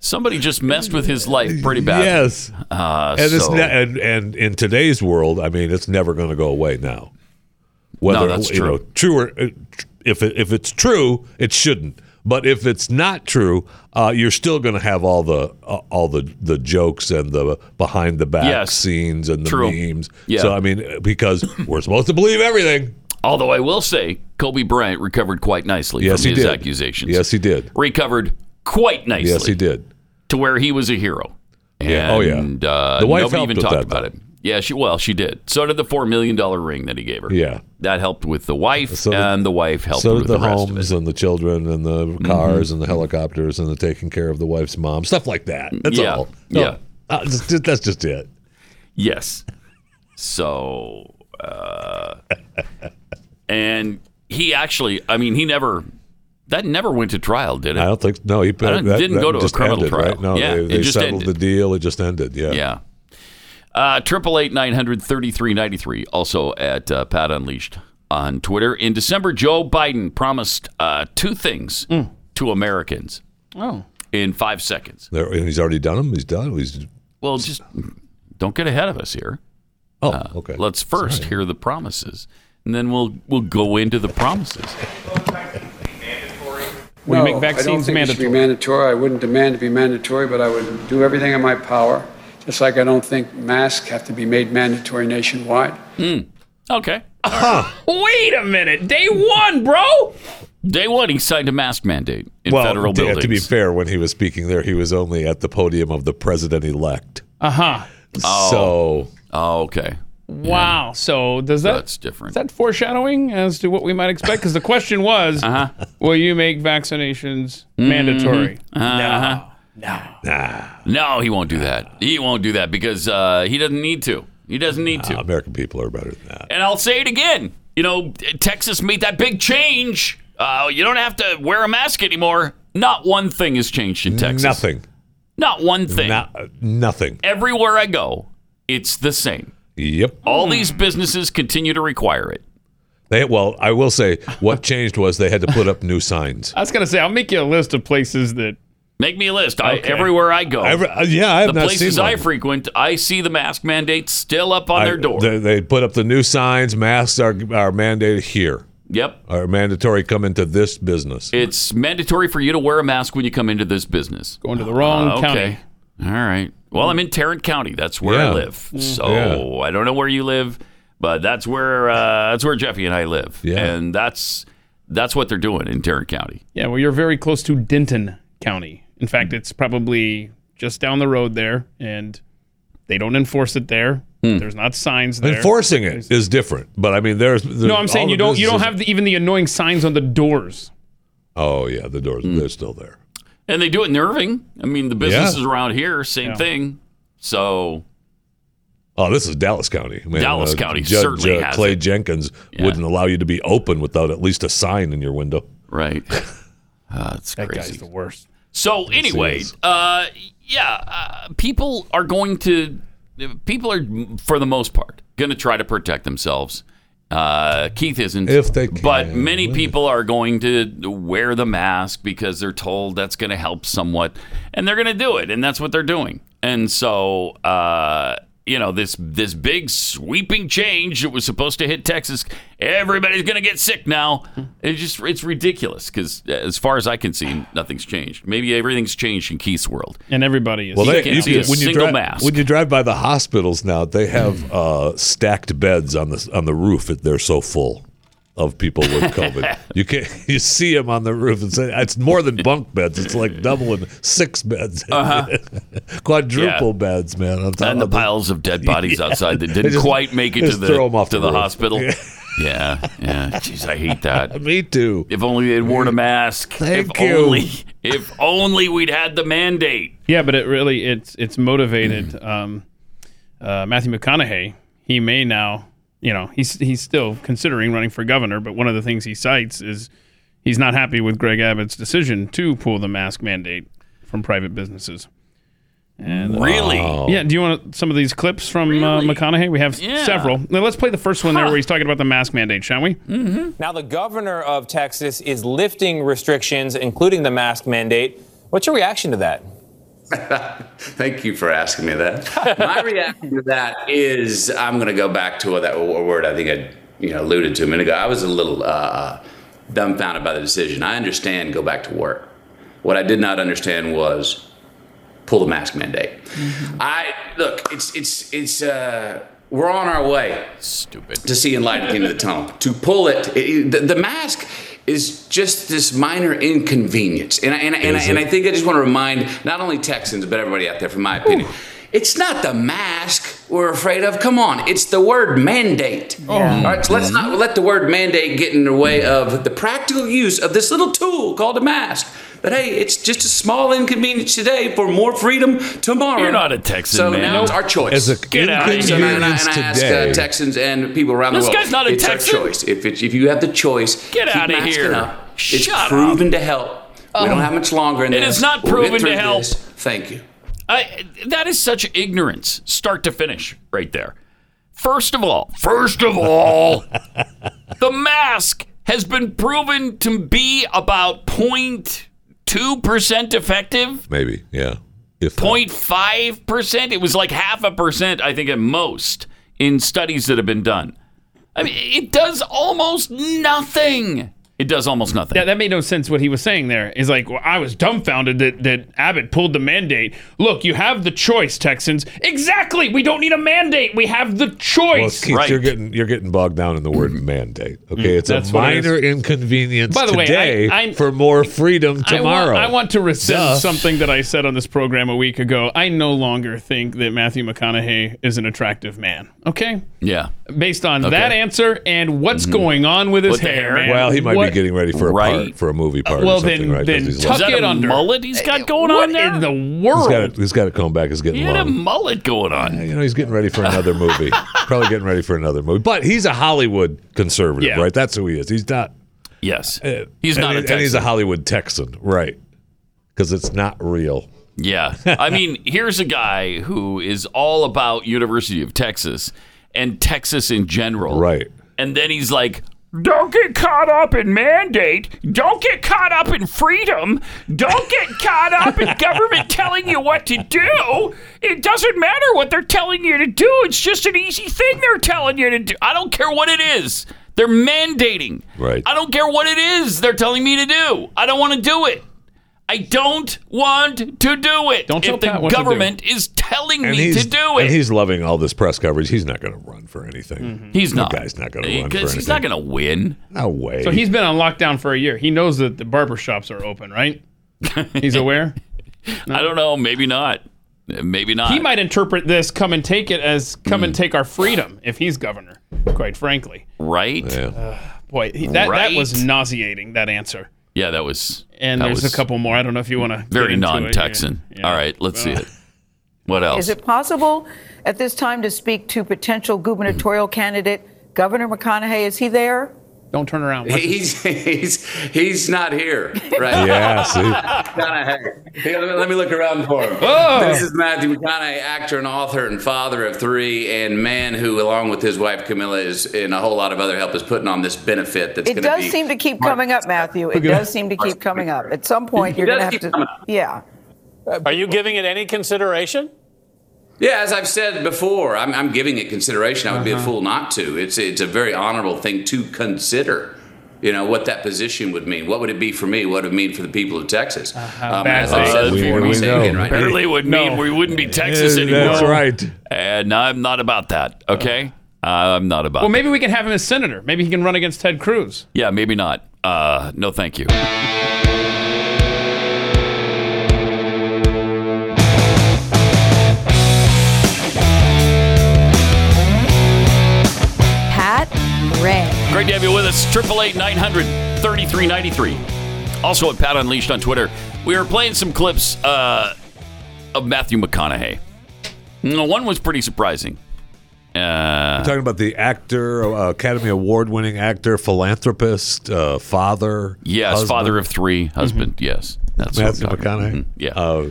Somebody just messed with his life pretty bad.
Yes,
Uh,
and it's
so-
ne- and, and in today's world, I mean, it's never going to go away now. Whether
that's
you know
true.
true or uh, tr- if it, if it's true, it shouldn't. But if it's not true, uh, you're still going to have all the uh, all the the jokes and the behind the back
Yes.
scenes and the
True.
memes.
Yeah.
So I mean, because we're supposed to believe everything.
although I will say, Kobe Bryant recovered quite nicely
Yes,
from
he
his
did.
accusations.
Yes, he did.
recovered quite nicely.
Yes, he did.
to where he was a hero.
Yeah. Oh, yeah.
And, uh,
The wife
nobody
helped
even
with
talked
that,
about
though.
it. Yeah, she well, she did. So did the four million dollar ring that he gave her.
Yeah.
that helped with the wife,
So did-
and the wife helped
So
with
did the,
rest of it. Mm-hmm.
homes and the children and the cars and the helicopters and the taking care of the wife's mom, stuff like that. That's
Yeah.
all.
Yeah.
Uh, that's just- that's just it.
Yes. So, uh, and he actually, I mean, he never. That never went to trial, did it?
I don't think no. He
don't-
that-
didn't
that
go to a
just
criminal
ended,
trial.
Right? No,
Yeah,
they,
it
they
just
settled
ended.
the deal. It just ended. Yeah.
Yeah. Uh, Triple eight nine hundred thirty three ninety three. Also at uh, Pat Unleashed on Twitter. In December, Joe Biden promised uh, two things
Mm.
to Americans
Oh.
in five seconds.
There, and he's already done them. He's done. He's
Well, just don't get ahead of us here.
oh okay.
Uh, Let's first hear the promises, and then we'll we'll go into the promises.
Will you make
I don't
vaccines
think It should be
mandatory?
mandatory. I wouldn't demand to be mandatory, but I would do everything in my power. Just like I don't think masks have to be made mandatory nationwide.
Okay.
Uh-huh.
Wait a minute. Day one, bro.
Day one, he signed a mask mandate in
well,
federal
to,
buildings.
to be fair, when he was speaking there, he was only at the podium of the president elect.
Uh huh.
Oh. So
oh, okay.
Wow. So does that
That's different.
Is that foreshadowing as to what we might expect? Because the question was,
Uh-huh.
will you make vaccinations
Mm-hmm.
mandatory?
No, he won't do that. He won't do that because uh, he doesn't need to. He doesn't need to.
American people are better than that.
And I'll say it again. You know, Texas made that big change. Uh, you don't have to wear a mask anymore. Not one thing has changed in Texas.
Nothing.
Not one thing.
Not, nothing.
Everywhere I go, it's the same.
Yep.
All these businesses continue to require it.
They, well, I will say what changed was they had to put up new signs.
Oh.
I was gonna say I'll make you a list of places that
Make me a list. I,
Okay.
everywhere I go,
Every- uh, yeah, I have
the
not
places
seen
I
one.
frequent, I see the mask mandate still up on
I-
their door.
They, they put up the new signs. Masks are are mandated here.
yep.
Are mandatory come into this business.
It's mandatory for you to wear a mask when you come into this business. Ah,
go into the wrong county.
All right. Well, I'm in Tarrant County. That's where I
Yeah. Mm.
live. So
Yeah.
I don't know where you live, but that's where uh, that's where Jeffy and I live.
Yeah.
And that's that's what they're doing in Tarrant County.
Yeah, well, you're very close to Denton County. In fact, it's probably just down the road there, and they don't enforce it there.
Hmm.
There's not signs there.
Enforcing it is different, but I mean, there's. there's
No, I'm saying
all
you
the
don't. You don't
businesses-
have the, even the annoying signs on the doors.
Oh yeah, the doors
Hmm.
they're still there.
And they do it in Irving. I mean, the businesses around here, same
Yeah.
thing. So
Oh, this is Dallas County. Man,
Dallas County
Judge uh,
certainly has
Clay
it.
Jenkins wouldn't allow you to be open without at least a sign in your window.
right. Uh, it's
That
crazy.
guy's the worst.
So anyway,
is.
uh, yeah, uh, people are going to people are for the most part going to try to protect themselves. Uh, Keith isn't,
If they
but
can.
many people are going to wear the mask because they're told that's going to help somewhat, and they're going to do it, and that's what they're doing. And so, uh, you know, this this big sweeping change that was supposed to hit Texas, everybody's going to get sick now. It's just it's ridiculous because as far as I can see, nothing's changed. Maybe everything's changed in Keith's world.
And everybody is.
Well,
can't see a
when you
single
drive
mask.
when you drive by the hospitals now, they have uh, stacked beds on the on the roof. They're so full of people with COVID. you can not you see them on the roof and say it's more than bunk beds. It's like doubling six beds, quadruple
Uh-huh. Yeah.
beds, man. On top
And the
of it.
piles of dead bodies outside that didn't
just-
quite make it to
just
the
throw 'em off
to
the
the
roof.
hospital. Yeah, yeah. Jeez, I hate that.
Me too.
If only they'd worn a mask.
Thank
if
you.
Only, if only we'd had the mandate.
Yeah, but it really it's it's
Mm.
motivated um, uh, Matthew McConaughey. He may now, you know, he's he's still considering running for governor, but one of the things he cites is he's not happy with Greg Abbott's decision to pull the mask mandate from private businesses. And
Really?
Oh.
yeah, do you want some of these clips from uh, McConaughey? We have
Yeah.
several. Now let's play the first one there where he's talking about the mask mandate, shall we?
Now, the governor of Texas is lifting restrictions, including the mask mandate. What's your reaction to that?
Thank you for asking me that. My reaction to that is I'm going to go back to that w- word I think I you know alluded to a minute ago. I was a little uh, dumbfounded by the decision. I understand go back to work. What I did not understand was pull the mask mandate.
Mm-hmm.
I look, it's it's it's uh, we're on our way
Stupid.
to seeing light at the end of the tunnel. To pull it, it- the, the mask is just this minor inconvenience. And I, and, I, and, I, and I think I just want to remind not only Texans, but everybody out there, from my opinion, it's not the mask we're afraid of. Come on, it's the word mandate.
Oh,
All right, so let's not let the word mandate get in the way of the practical use of this little tool called a mask. But hey, it's just a small inconvenience today for more freedom tomorrow.
You're not a Texan,
so
man.
now it's our choice.
As a
Get out of here.
inconvenience
So, and I, and I ask
today.
uh, Texans and people around
This
the world.
guy's not a
it's
Texan.
our choice. If it's, if you have the choice,
Get
keep
outta
masking
here.
Up. It's
Shut up. Oh.
proven to help. We don't have much longer in
It
this.
is not
We'll get
proven
through
to help.
this. Thank you.
I, that is such ignorance, start to finish, right there. First of all, first of all, the mask has been proven to be about 0.2% effective,
Maybe, yeah. If that.
0.5%. It was like half a percent, I think, at most in studies that have been done. I mean, it does almost nothing. It does almost nothing.
Yeah, that made no sense. What he was saying there is like, well, I was dumbfounded that, that Abbott pulled the mandate. Look, you have the choice, Texans. Exactly. We don't need a mandate. We have the
Well,
choice.
Keith,
right.
you're getting you're getting bogged down in the word mandate. Okay, it's
Mm. That's
a
what it
minor inconvenience
By the way, I-
today
I'm-
for more freedom
I want-
tomorrow.
I want, to rescind
Duh.
something that I said on this program a week ago. I no longer think that Matthew McConaughey is an attractive man. Okay?
Yeah.
Based on that answer and what's going on with his
With the
hair.
hair.
man.
Well, he might
What-
be getting ready for a
Right.
part for a movie part.
Well,
or something,
then-
right? 'Cause
then
he's,
tuck
Is that
it
a
under. Eh,
mullet he's got going
What
on there?
in the world?
he's got it. He's got it coming back. He's
he
getting
had a
long.
mullet going on.
You know, he's getting ready for another movie. Probably getting ready for another movie. But he's a Hollywood conservative,
Yeah.
right? That's who he is. He's not.
Yes.
Eh,
He's
and
not
he-
a Texan.
And he's a Hollywood Texan, right? Because it's not real.
Yeah. I mean, here's a guy who is all about University of Texas and Texas in general.
Right.
And then he's like,
Don't get caught up in mandate. Don't get caught up in freedom. Don't get caught up in government telling you what to do. It doesn't matter what they're telling you to do. It's just an easy thing they're telling you to do.
I don't care what it is. They're mandating.
Right.
I don't care what it is they're telling me to do. I don't want to do it. I don't want to do it.
Don't tell
if the
Pat what to do.
government is telling me
And he's
to do
And
it.
he's loving all this press coverage. He's not going to run for anything.
Mm-hmm.
He's not.
guy's not gonna run for
Because he's not
anything.
going to win.
No way.
So he's been on lockdown for a year. He knows that the barber shops are open, right? He's aware.
I don't know. Maybe not. Maybe not.
he might interpret this come and take it as come
Hmm.
and take our freedom if he's governor quite frankly
Right? Yeah,
boy he, that, that was
Right.
nauseating that answer
that was.
and
that
there's
was
a couple more i don't know if you want to
Very non Texan. All right, let's see it. What else?
Is it possible at this time to speak to potential gubernatorial candidate Governor McConaughey? Is he there?
don't turn around Watch
He's he's he's not here right
yeah, see?
McConaughey. Here, let, me, let me look around for him. This is Matthew McConaughey, actor and author and father of three, and man who, along with his wife Camilla, is and a whole lot of other help, is putting on this benefit. That's
It
gonna
does
be-
seem to keep coming up, Matthew. It does seem to keep coming up. At some point, you're going
does
to have
keep coming
to.
up.
Yeah.
Are you giving it any consideration?
Yeah, as I've said before, I'm, I'm giving it consideration. I would be a fool not to. It's it's a very honorable thing to consider. You know what that position would mean. What would it be for me? What would it mean for the people of Texas? Um,
bad
as I've
thing.
said,
We-
before,
we
say
know.
again right now.
Apparently, would
No.
mean we wouldn't be Texas
Yeah,
anymore.
That's
Uh.
right.
And I'm not about that. Okay, I'm not about.
Oh. well
that.
maybe we can have him as senator maybe he can run against ted cruz
Yeah, maybe not. Uh, no, thank you.
Pat Gray.
Great to have you with us. Triple eight nine hundred thirty three ninety three. Also at Pat Unleashed on Twitter. We were playing some clips uh, of Matthew McConaughey. No, one was pretty surprising. Uh,
talking about the actor, uh, Academy Award winning actor, philanthropist, uh, father.
Yes,
husband. Mm-hmm.
father of three, husband. Yes, that's what I'm
Matthew
talking about.
McConaughey.
Mhm, Yeah,
Uh,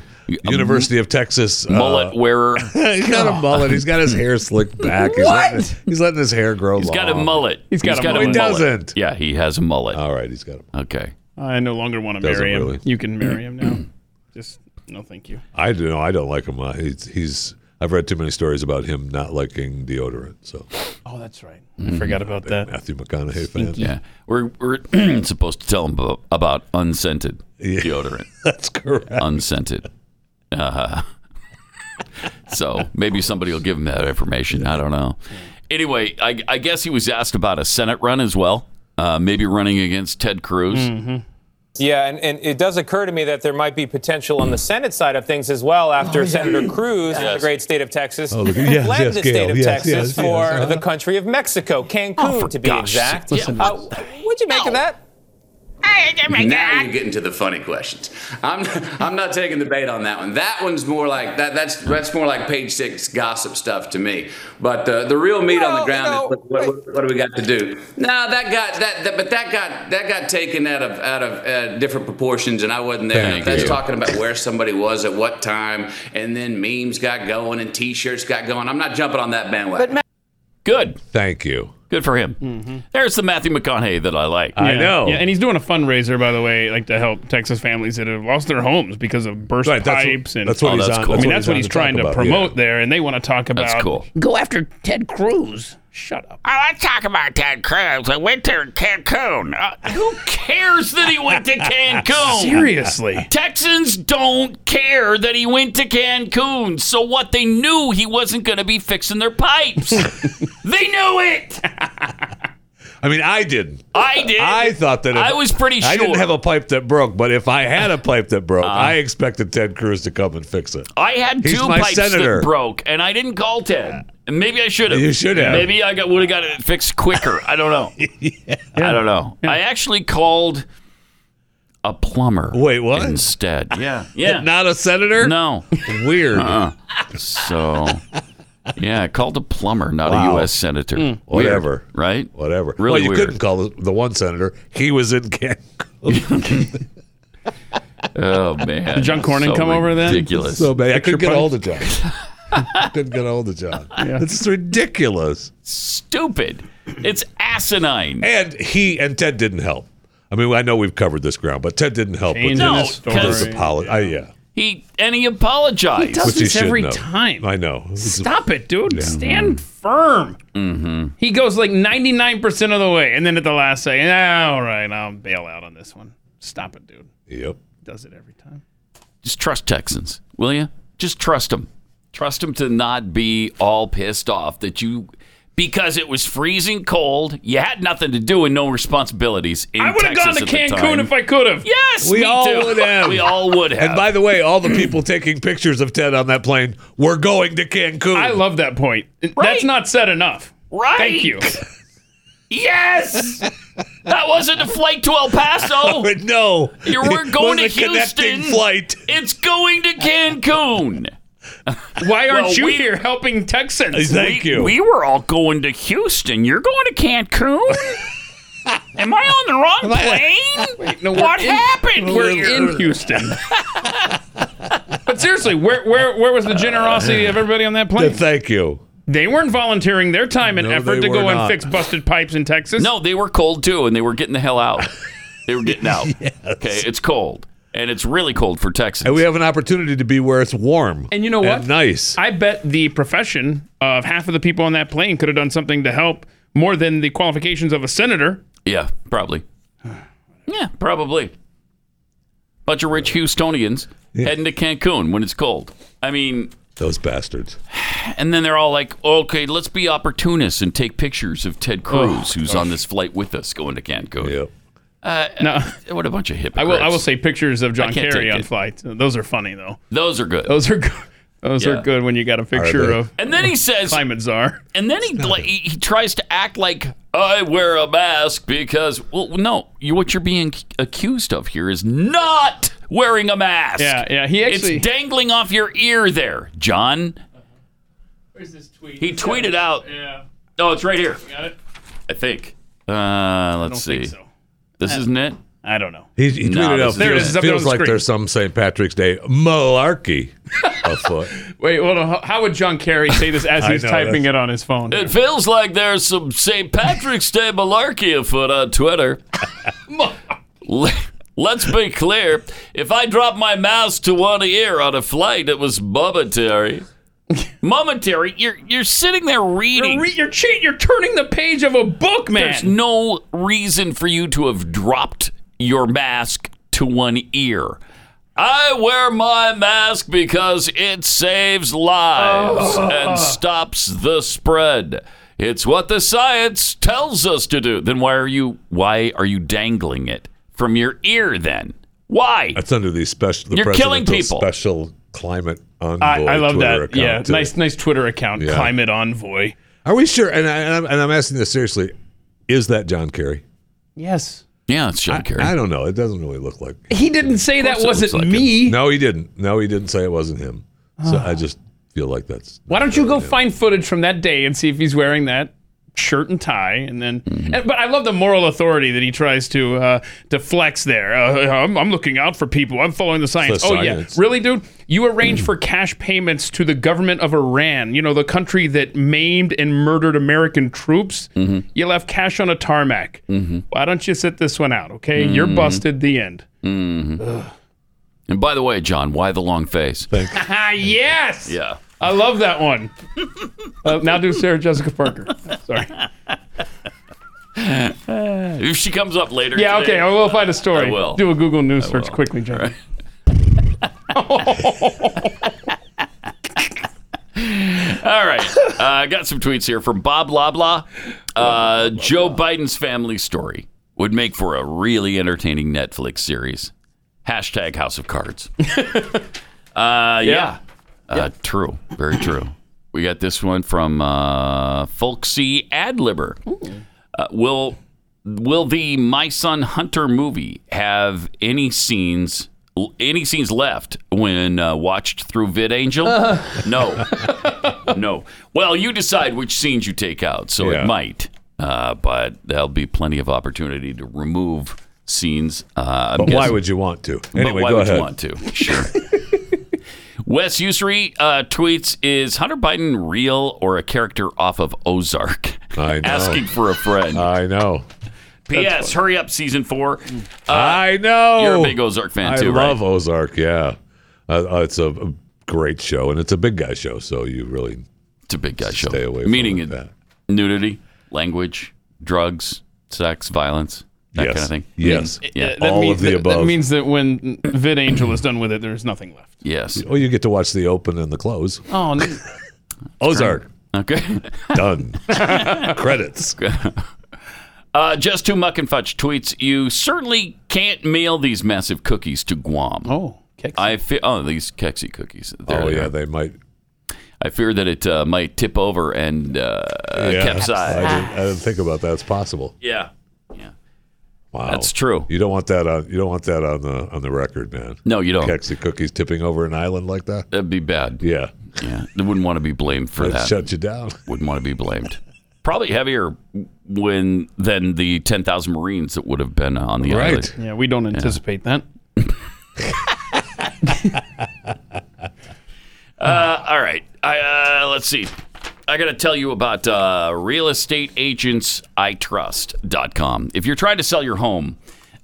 University of Texas. uh,
mullet wearer.
he's got a mullet. He's got his hair slicked back. He's, Letting, his, he's letting his hair grow
He's
long.
got a mullet.
He's got He doesn't. Uh,
Yeah, he has a mullet.
All right, he's got a
Okay.
I no longer want to
Doesn't
marry him.
really.
You can marry him now. Just no, thank you.
I do know. I don't like him. Uh, he's, he's. I've read too many stories about him not liking deodorant. So
Oh, that's right.
Mm-hmm.
I forgot about that.
Matthew McConaughey fan.
Yeah, we're we're supposed to tell him about, about unscented deodorant.
That's correct.
Unscented. Uh, so maybe somebody will give him that information. I don't know. Anyway, I, I guess he was asked about a Senate run as well. Uh, maybe running against Ted Cruz.
Mm-hmm.
Yeah, and, and it does occur to me that there might be potential on the Senate side of things as well after Senator Cruz from the great state of Texas
Oh, look at- yes,
fled
yes,
the
Gail,
state of
yes,
Texas
yes, yes,
for
uh-huh. Oh,
the country of Mexico, Cancun to be
gosh
exact.
sake. Listen,
Uh, what'd you make of that?
now you're getting to the funny questions. I'm I'm not taking the bait on that one. That one's more like that. That's that's more like page six gossip stuff to me. But uh, the real meat on the
Well,
ground
you know,
is what, what, what do we got to do? No, that got that, that but that got that got taken out of out of uh, different proportions, and I wasn't there.
Thank
that's
you.
talking about where somebody was at what time, and then memes got going and T-shirts got going. I'm not jumping on that bandwagon.
Good,
Thank you.
good for him. There's the Matthew McConaughey that I like.
Mm-hmm. I know.
Yeah, and he's doing a fundraiser, by the way, like to help Texas families that have lost their homes because of burst
Right, that's what-
pipes and
that's what
Oh,
he's
that's
on.
cool.
I mean,
what
that's what
on
he's
to
trying
talk
to
about,
promote
yeah.
there, and they want to talk about.
That's cool.
Go after Ted Cruz.
Shut up.
Oh, let's talk about Ted Cruz. I went to Cancun. Uh, who cares that he went to
Oh,
Cancun?
Seriously.
Texans don't care that he went to Cancun, so what they knew he wasn't going to be fixing their pipes. they knew it.
I mean, I didn't.
I did.
I thought that if-
I was pretty sure. Uh-huh.
I didn't have a pipe that broke, but if I had a pipe that broke, I expected Ted Cruz to come and fix it.
I had
He's
two
my
pipes
senator.
that broke, and I didn't call Ted. And maybe I should have.
You should have.
Maybe I got, would have got it fixed quicker. I don't know. I don't know. I actually called a plumber.
Wait, what?
Instead, yeah, yeah.
Not a senator?
no. Uh-uh.
Weird.
So, yeah, I called a plumber, not a
Wow.
U.S.
Hmm.
senator. Weird,
Whatever.
right?
Whatever.
Really
well, you
weird.
couldn't call the, the one senator. He was in Cancun.
Oh man,
John Cornyn
So
come over then?
Ridiculous.
so bad. I couldn't get
punch.
a hold of John. I couldn't get a hold of John. This is ridiculous.
Stupid. It's asinine.
And he and Ted didn't help. I mean, I know we've covered this ground, but Ted didn't help
Changing
with
No,
the
this.
story.
This apology. I- uh, yeah.
He and he apologized.
He does
Which he
this
should
every
know.
time.
I know. This is-
Stop it, dude. Stand firm.
Mm-hmm.
He goes like 99% of the way, and then at the last second, "Ah, all right, I'll bail out on this one. Stop it, dude.
Yep.
Does it every time.
Just trust Texans, will you? Just trust them. Trust them to not be all pissed off that you because it was freezing cold. You had nothing to do and no responsibilities. In
I would have gone to Cancun if I could have.
Yes,
We
me
all
too.
would have.
We all would have.
And by the way, all the people taking pictures of Ted on that plane were going to Cancun.
I love that point.
Right.
That's not said enough.
Right.
Thank you.
yes, that wasn't a flight to El Paso.
But no,
You were
it
going
was
to
a connecting
Houston.
flight.
It's going to Cancun.
Why aren't
Well,
you
we-
here helping Texans?
Thank
we,
you.
We were all going to Houston. You're going to Cancun? Am I on the wrong plane?
No, we're
what
in-
happened
We're
here?
in Houston. but seriously, where, where where was the generosity of everybody on that
Uh,
plane?
Thank you.
They weren't volunteering their time and
No,
effort
they
to go
were
and
not.
fix busted pipes in Texas.
No, they were cold too, and they were getting the hell out. They were getting out. Okay, it's cold, and it's really cold for Texans.
And we have an opportunity to be where it's warm.
And you know what?
nice.
I bet the profession of half of the people on that plane could have done something to help more than the qualifications of a senator.
yeah, probably. Yeah, probably. Bunch of rich Houstonians heading to Cancun when it's cold. I mean,
Those bastards.
and then they're all like, "Okay, let's be opportunists and take pictures of Ted Cruz, who's on this flight with us going to Cancun."
Yep.
No,
What a bunch of hypocrites!
I will. I will say pictures of John
can't
Kerry
take
on
it.
flights. Those are funny though.
those are good.
Those are. Good. Those
Yeah.
are good when you got a picture
they?
of.
And then he says,
"Climate czar."
And then he, like, he he tries to act like I wear a mask because well no you, what you're being accused of here is not wearing a mask.
Yeah, yeah. He actually-
it's dangling off your ear there, John. Where's this tweet? He tweeted out. Yeah. Oh, it's right here.
Got it?
I think. Uh, let's see. This
Uh,
isn't it.
I don't know.
He, he tweeted
No,
out,
this
feels,
isn't it.
feels like there's some St. Patrick's Day malarkey afoot.
Wait, hold on. How- How would John Kerry say this as
I
he's
know,
typing
that's-
it on his phone?
It feels like there's some St. Patrick's Day malarkey afoot on Twitter. Le- Let's be clear. If I dropped my mouse to one ear on a flight, it was momentary. Momentary? You're you're sitting there reading.
You're, re- you're cheating. You're turning the page of a book, man.
There's no reason for you to have dropped your mask to one ear. I wear my mask because it saves lives
Oh.
and stops the spread. It's what the science tells us to do. Then why are you why are you dangling it from your ear then? Why?
That's under the special. The
You're killing
presidential
people.
Special climate envoy.
I, I love
Twitter
that. Yeah,
account, too.
nice, nice Twitter account.
Yeah.
Climate envoy.
Are we sure? And, I, and, I'm, and I'm asking this seriously. Is that John Kerry?
Yes.
Yeah, it's John Kerry.
I don't know. It doesn't really look like.
He didn't say that wasn't me.
No, he didn't. No, he didn't say it wasn't him. So
Ah.
I just feel like that's.
Why don't you go find footage from that day and see if he's wearing that shirt and tie? And then,
Mm-hmm.
and, but I love the moral authority that he tries to uh, to flex there. Uh, I'm, I'm looking out for people. I'm following the science.
The
oh
science. Mm-hmm.
yeah, really, dude? You arrange for cash payments to the government of Iran. You know the country that maimed and murdered American troops.
Mm-hmm.
You left cash on a tarmac. Why don't you sit this one out? Okay, you're
Mm-hmm.
busted. The end.
Mhm. And by the way, John, why the long face?
Thanks.
Ah yes.
Yeah.
I love that one. Uh, now do Sarah Jessica Parker. Sorry.
if she comes up later.
Yeah,
today-
okay. I will find a story.
I will.
Do a Google News search quickly, John.
All right. Uh, I got some tweets here from Bob Loblaw. Uh, Joe Biden's family story would make for a really entertaining Netflix series. Hashtag House of Cards. uh, yeah. Uh, true. Very true. We got this one from uh, Folksy Adlibber. Uh, will Will the My Son Hunter movie have any scenes any scenes left when uh, watched through VidAngel? No, no. Well, you decide which scenes you take out, so
Yeah.
it might. Uh, but there'll be plenty of opportunity to remove scenes. Uh,
But why would you want to? Anyway,
but why
go
would
ahead.
you want to? Sure. Wes Usury uh, tweets: Is Hunter Biden real or a character off of Ozark?
I know.
Asking for a friend.
I know.
P.S. Hurry up, season four. Uh,
I know.
You're a big Ozark fan
Oh, I
too, right?
love Ozark. Yeah, uh, uh, it's a, a great show, and it's a big guy show. So you really
it's a big guy show.
Stay away.
Meaning
from
it-
that.
nudity, language, drugs, sex, violence, that
Yes.
kind of thing.
Yes.
Yeah.
Uh, that
All
mean-
of the
that-
above.
That means that when VidAngel is done with it, there's nothing left.
yes.
Oh, you get to watch the open and the close.
Oh,
Ozark
Okay.
done. Credits.
Uh, just two muck and fudge tweets. You certainly can't mail these massive cookies to Guam.
Oh,
I fear. Oh, these Kexi cookies. There
Oh
they
yeah,
are.
they might.
I fear that it uh, might tip over and uh,
yeah. I
capsize.
didn't, I didn't think about that. It's possible.
Yeah.
Wow,
That's true.
You don't want that on. You don't want that on the on the record, man.
No, you don't.
Kexi cookies tipping over an island like that.
That'd be bad.
Yeah,
Yeah. They wouldn't want to be blamed for
it
that.
shut you down.
Wouldn't want to be blamed. Probably heavier when than the ten thousand Marines that would have been on the
Right.
island.
Yeah, we don't anticipate that.
Uh, all right. I, uh, let's see. I got to tell you about uh, realestateagentsitrust.com. If you're trying to sell your home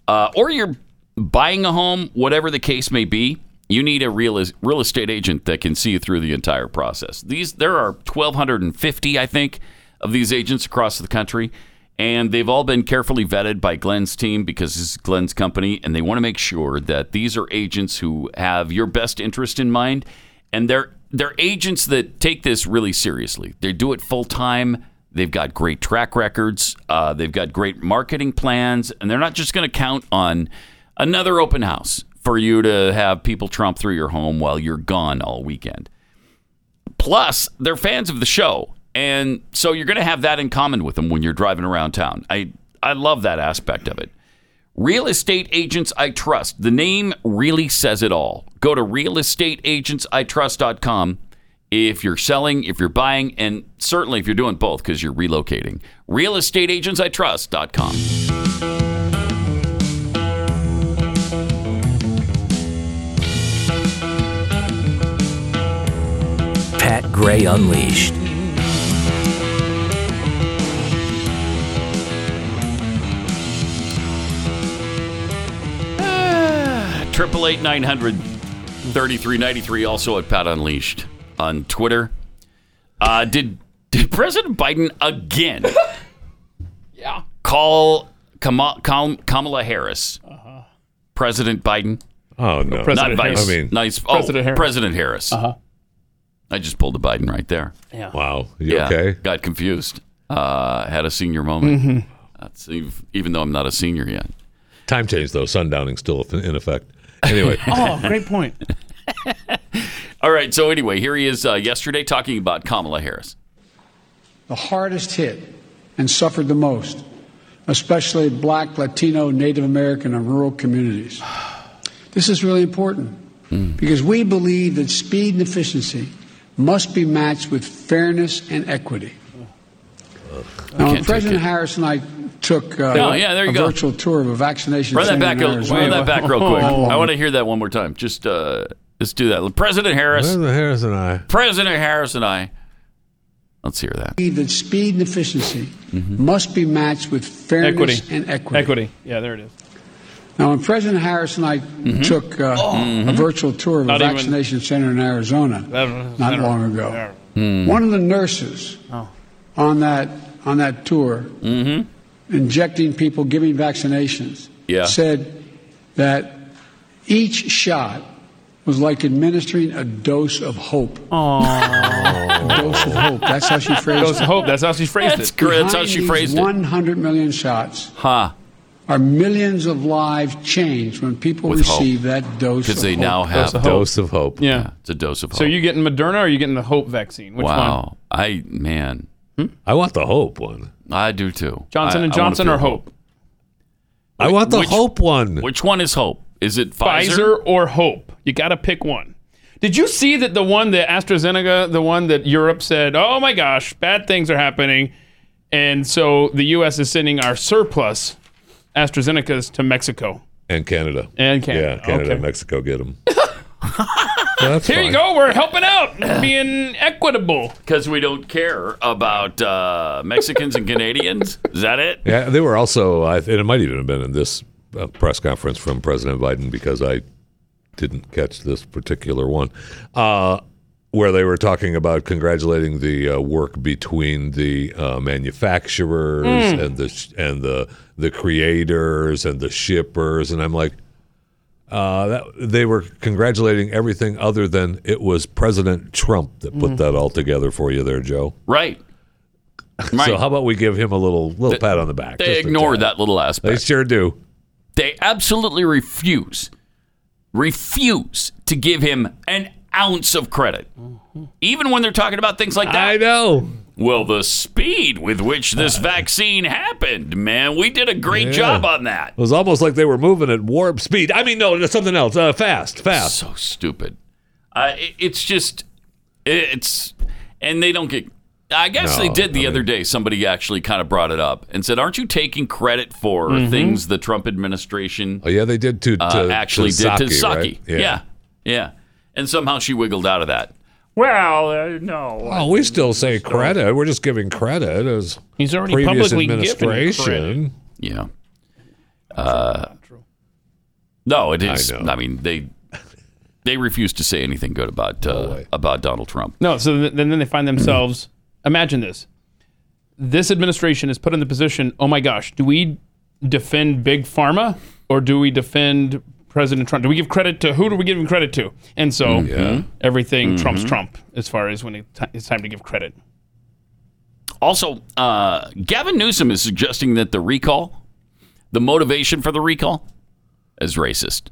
uh, or you're buying a home, whatever the case may be, you need a real, real estate agent that can see you through the entire process. These There are 1,250, I think, of these agents across the country, and they've all been carefully vetted by Glenn's team because this is Glenn's company, and they want to make sure that these are agents who have your best interest in mind and they're they're agents that take this really seriously. They do it full time. They've got great track records. Uh, they've got great marketing plans, and they're not just going to count on another open house for you to have people tromp through your home while you're gone all weekend. Plus, they're fans of the show, and so you're going to have that in common with them when you're driving around town. I I love that aspect of it. Real estate agents I trust. The name really says it all. Go to realestateagentsitrust.com if you're selling, if you're buying, and certainly if you're doing both because you're relocating. Realestateagentsitrust.com.
Pat Gray Unleashed.
Triple eight nine hundred thirty three ninety three. Also at Pat Unleashed on Twitter. Uh, did did President Biden again? yeah. Call Kamala, Kamala Harris. President Biden.
Oh
no.
not
President
Vice.
Harris. I mean-
nice. Oh,
President
President
Harris.
Harris. Uh-huh. I just pulled a Biden right there.
Yeah.
Wow. You okay?
Got confused. Uh, had a senior moment.
Mhm.
That's ev- even though I'm not a senior yet.
Time change though. Sundowning still in effect. Anyway.
Oh, great point.
All right. So anyway, here he is uh, yesterday talking about Kamala Harris.
the hardest hit and suffered the most, especially black, Latino, Native American, and rural communities. This is really important
Hmm.
because we believe that speed and efficiency must be matched with fairness and equity. Now, when
take
President
it.
Harris and I took uh,
Oh, yeah, there you
a
go.
virtual tour of a vaccination
Run that
center
back.
in
a-
Arizona.
Run that back real quick. I want to hear that one more time. Just uh, let's do that. President Harris.
President Harris and I.
President Harris and I. Let's hear that.
believe that speed and efficiency must be matched with fairness
Equity.
and equity.
Equity. Yeah, there it is.
Now, when President Harris and I took uh, a
Mhm.
virtual tour of
Not
a
even-
vaccination center in Arizona
That-
not
that-
long ago, one of the nurses
Oh.
on that on that tour, injecting people, giving vaccinations,
Yeah.
said that each shot was like administering a dose of hope.
Oh.
dose of hope. That's how she phrased
Dose
it.
of hope. That's how she phrased it.
Behind these 100 million shots
Huh.
are millions of lives changed when people
With hope.
receive that dose.
Because
of
they
hope.
now have
of hope.
Yeah.
It's a dose of hope.
So you getting Moderna or you getting the Hope vaccine? Which one?
wow. I man.
I want the hope one.
I do too.
Johnson
I-
and
I wanna
Johnson
feel
or Hope?
I want the hope one.
Which one is hope? Is it Pfizer?
Pfizer or Hope? You got to pick one. Did you see that the one that AstraZeneca, the one that Europe said, oh my gosh, bad things are happening. And so the U.S. is sending our surplus AstraZenecas to Mexico.
And Canada.
And Canada.
Yeah, Canada
Okay.
and Mexico get them. That's
Here you
fine.
go. We're helping out, being equitable.
Because we don't care about uh, Mexicans and Canadians. Is that it?
Yeah, they were also, I- and it might even have been in this uh, press conference from President Biden because I didn't catch this particular one, uh, where they were talking about congratulating the uh, work between the uh, manufacturers
Hmm.
Mm.
and the sh- and the the creators and the shippers, and I'm like. Uh, that, they were congratulating everything other than it was President Trump that put
Mm.
that all together for you there, Joe.
Right. Right.
So how about we give him a little little
They-
pat on the back?
They
just a
ignore
tad.
that little aspect.
They sure do.
They absolutely refuse, refuse to give him an ounce of credit, even when they're talking about things like that. I
know. Uh.
Well, the speed with which this vaccine happened, man, we did a great
Yeah.
job on that.
It was almost like they were moving at warp speed. I mean, no, that's something else. Uh, fast, fast.
So stupid. Uh, it, it's just, it's, and they don't get. I guess
No,
they did the
I
other day. Somebody actually kind of brought it up and said, "Aren't you taking credit for
Mhm.
things the Trump administration
Oh yeah, they did to, to
uh, actually
to
did to
Psaki,
Saki?"
right?
Yeah. yeah, And somehow she wiggled out of that.
Well, uh, no.
Oh, we still say credit. We're just giving credit as
He's already
previous
publicly given
administration.
credit.
Yeah. Uh, no, it
I
is. I,
know.
mean, they they refuse to say anything good about uh, about Donald Trump.
No, so th- then they find themselves. imagine this: this administration is put in the position. Oh my gosh, do we defend big pharma or do we defend President Trump? Do we give credit to who? Do we give credit to? And so
Yeah.
everything trumps
Mhm.
Trump as far as when it ti- it's time to give credit.
Also, uh, Gavin Newsom is suggesting that the recall, the motivation for the recall, is racist.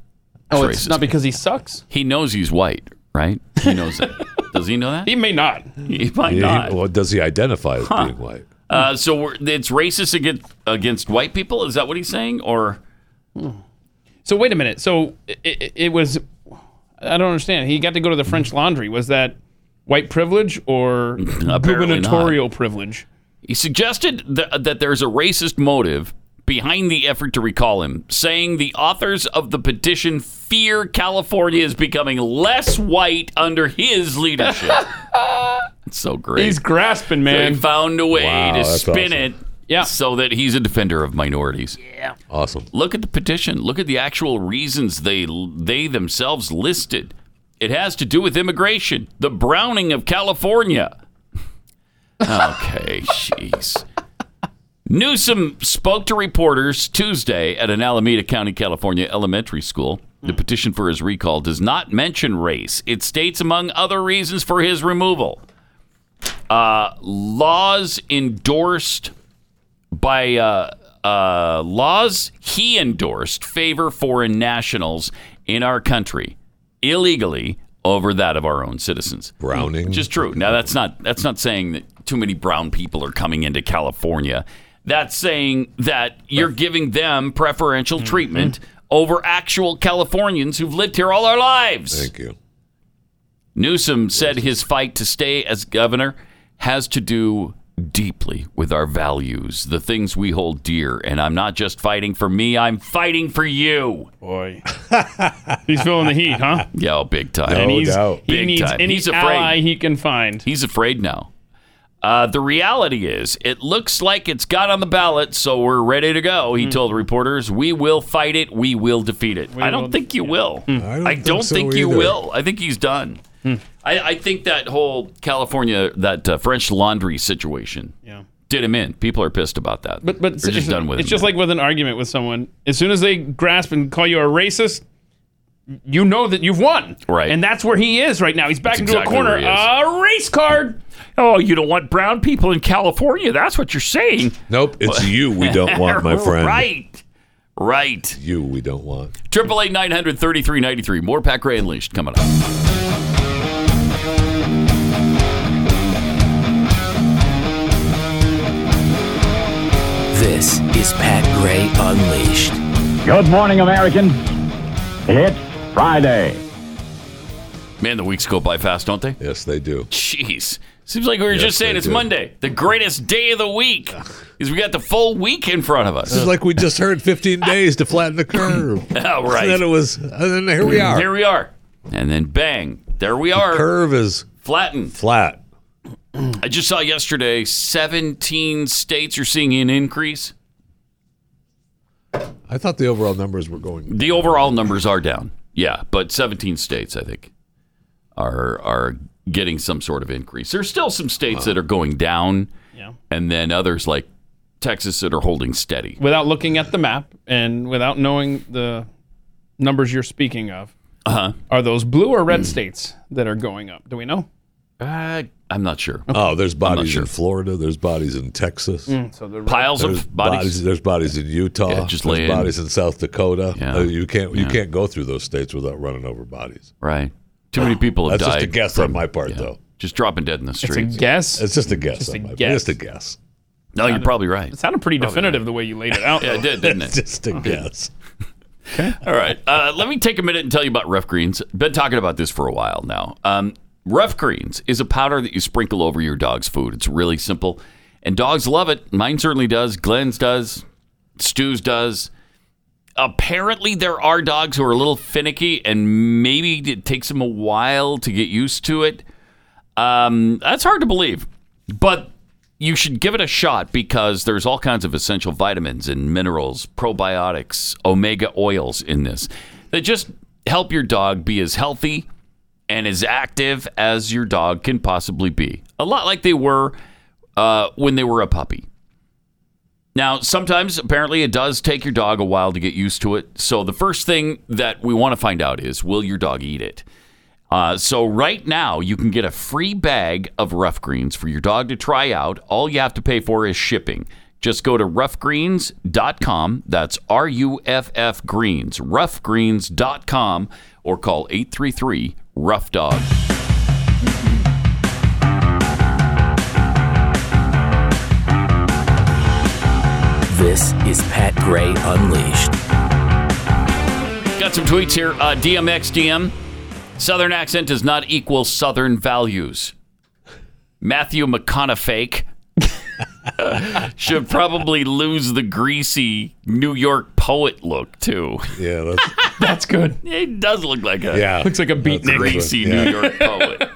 Oh,
It's
it's not because he sucks.
He knows he's white, right? He knows that. Does he know that? He
may not.
He might
He-
not.
well, does he identify as
Huh.
being white?
Uh, so we're, it's racist against, against white people. Is that what he's saying? Or
So wait a minute. So it, it was. I don't understand. He got to go to the French Laundry. Was that white privilege or gubernatorial privilege?
he suggested th- that there's a racist motive behind the effort to recall him, saying the authors of the petition fear California is becoming less white under his leadership. it's so great.
He's grasping,
They
man.
found a way
Wow,
to
that's
spin
awesome.
it so that he's a defender of minorities. Yeah.
Awesome.
Look at the petition. Look at the actual reasons they they themselves listed. It has to do with immigration, the browning of California. Okay, jeez. Newsom spoke to reporters Tuesday at an Alameda County, California elementary school. The petition for his recall does not mention race. It states, among other reasons for his removal, uh, laws endorsed by uh, uh, laws he endorsed favor foreign nationals in our country illegally over that of our own citizens.
Browning,
which is true. Now that's not that's not saying that too many brown people are coming into California. That's saying that you're giving them preferential treatment over actual Californians who've lived here all our lives.
Thank you.
Newsom said his fight to stay as governor has to do deeply with our values, the things we hold dear. And I'm not just fighting for me, I'm fighting for you.
Boy. he's feeling the heat, huh?
Yeah, oh, big time.
and he's, He
Big
needs
time.
any
he's afraid.
ally he can find.
He's afraid now. Uh, the reality is, it looks like it's got on the ballot, so we're ready to go. He told reporters, "We will fight it. We will defeat it." I don't
will
think you will. I don't,
think so
think you
either.
will. I think he's done. I, I think that whole California, that uh, French Laundry situation,
Yeah.
did him in. People are pissed about that.
But but
They're
it's,
just done with
it's
him
just
now.
like with an argument with someone. As soon as they grasp and call you a racist, you know that you've won.
Right.
And that's where he is right now. He's back
That's
into
exactly
a corner.
where he is.
A race card.
Oh, you don't want brown people in California. That's what you're saying.
Nope, it's you we don't want, my friend.
right, right.
You we don't want.
Triple eight nine hundred thirty three ninety three. More Pat Gray Unleashed coming up.
This is Pat Gray Unleashed.
Good morning, Americans. It's Friday.
Man, the weeks go by fast, don't they?
Yes, they do.
Jeez. Seems like we were
Yes,
just saying
they
it's
do.
Monday, the greatest day of the week, is we got the full week in front of us.
This is like we just heard 15 days to flatten the curve.
All right.
And then it was, and then Oh, here we are.
Here we are. And then bang, there we are,
curve is
flattened.
flat.
I just saw yesterday 17 states are seeing an increase.
I thought the overall numbers were going.
The overall numbers are down. Yeah, but 17 states, I think, are are getting some sort of increase. There's still some states that are going down,
Yeah.
and then others like Texas that are holding steady.
Without looking at the map and without knowing the numbers you're speaking of,
Uh-huh. Hmm.
are those blue or red states that are going up? Do we know?
Uh, I'm not sure.
Oh, there's bodies
sure.
in Florida. There's bodies in Texas.
So the
Piles
There's
of bodies.
There's bodies in Utah.
Yeah, just lay
there's
in.
bodies in South Dakota.
Yeah.
Uh, You can't you can't go through those states without running over bodies.
Right. Too many people have
That's just
died.
a guess on my part,
yeah,
though.
Just dropping dead in the
it's a
streets.
guess.
It's just a guess.
Just
on
a
my part.
guess.
Just a guess.
no, you're probably right.
It sounded pretty definitive the way you laid it out.
Yeah, it
though.
did, didn't it?
Just a guess.
All right. Uh, let me take a minute and tell you about Rough Greens. Been talking about this for a while now. Um, Rough Greens is a powder that you sprinkle over your dog's food. It's really simple, and dogs love it. Mine certainly does. Glenn's does. Stu's does. Apparently, there are dogs who are a little finicky, and maybe it takes them a while to get used to it. Um, that's hard to believe, but you should give it a shot because there's all kinds of essential vitamins and minerals, probiotics, omega oils in this that just help your dog be as healthy and as active as your dog can possibly be. A lot like they were uh, when they were a puppy. Now, sometimes apparently it does take your dog a while to get used to it. So the first thing that we want to find out is will your dog eat it? Uh, so right now you can get a free bag of rough greens for your dog to try out. All you have to pay for is shipping. Just go to roughgreens.com. That's R U F F greens. Roughgreens.com or call 833 rough dog.
is Pat Gray Unleashed.
Got some tweets here. Uh, DMX DM. Southern accent does not equal Southern values. Matthew McConaughey should probably lose the greasy New York poet look too.
Yeah, that's,
that's good. It does look like a
Yeah. Looks like a beatnik. That's a good one.
greasy New
Yeah.
York poet.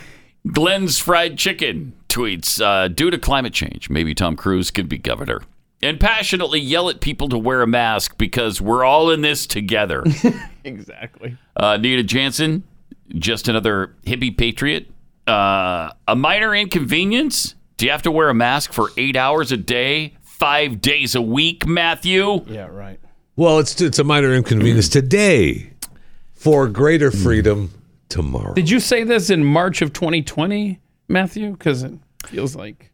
Glenn's fried chicken tweets uh, due to climate change. Maybe Tom Cruise could be governor and passionately yell at people to wear a mask because we're all in this together.
Exactly.
Uh, Nita Jansen, just another hippie patriot. Uh, a minor inconvenience? Do you have to wear a mask for eight hours a day, five days a week, Matthew?
Yeah, right.
Well, it's it's a minor inconvenience today for greater
Hmm.
freedom tomorrow.
Did you say this in March of 2020, Matthew? Because it feels like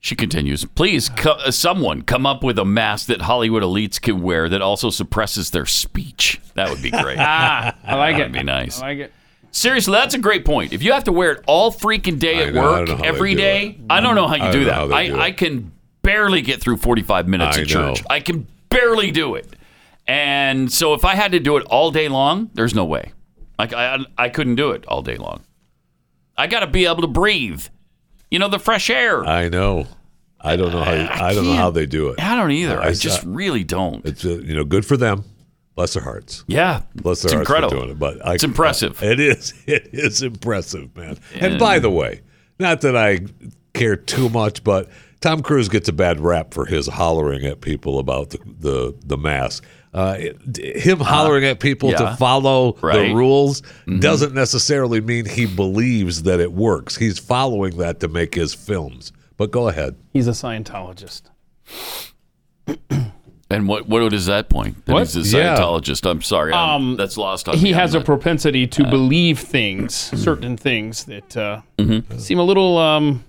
She continues, please, co- uh, someone come up with a mask that Hollywood elites can wear that also suppresses their speech. That would be great.
Ah, I like
That'd
it.
be nice.
I like it.
Seriously, that's a great point. If you have to wear it all freaking day
I
at
know, I
work,
don't know how they
every
do
day,
it.
I don't know how you
I
do
don't know
that.
how they
I,
do it.
I can barely get through 45 minutes
I
at church.
know.
I can barely do it. And so if I had to do it all day long, there's no way. I, I, I couldn't do it all day long. I got to be able to breathe. You know, the fresh air.
I know. I don't know how you, I, don't know
can't-
how they do it.
I don't either. I
s-
just really don't.
It's uh, you know good for them. Bless their hearts.
Yeah.
Bless their
It's
hearts for
incredible.
doing it. But I,
It's impressive.
it is. It is impressive, man. And by the way, not that I care too much, but Tom Cruise gets a bad rap for his hollering at people about the the, the mask. Uh, it- him hollering at people
yeah.
to follow
Right.
the rules doesn't necessarily mean he believes that it works. He's following that to make his films. But go ahead.
He's a Scientologist.
And what, what is that point? That
What?
He's a
Yeah. Um,
Scientologist. I'm sorry. I'm- that's lost on me.
He
I'm
has a
not-
propensity
Uh,
to believe things,
mm-hmm.
certain things that uh, seem a little um,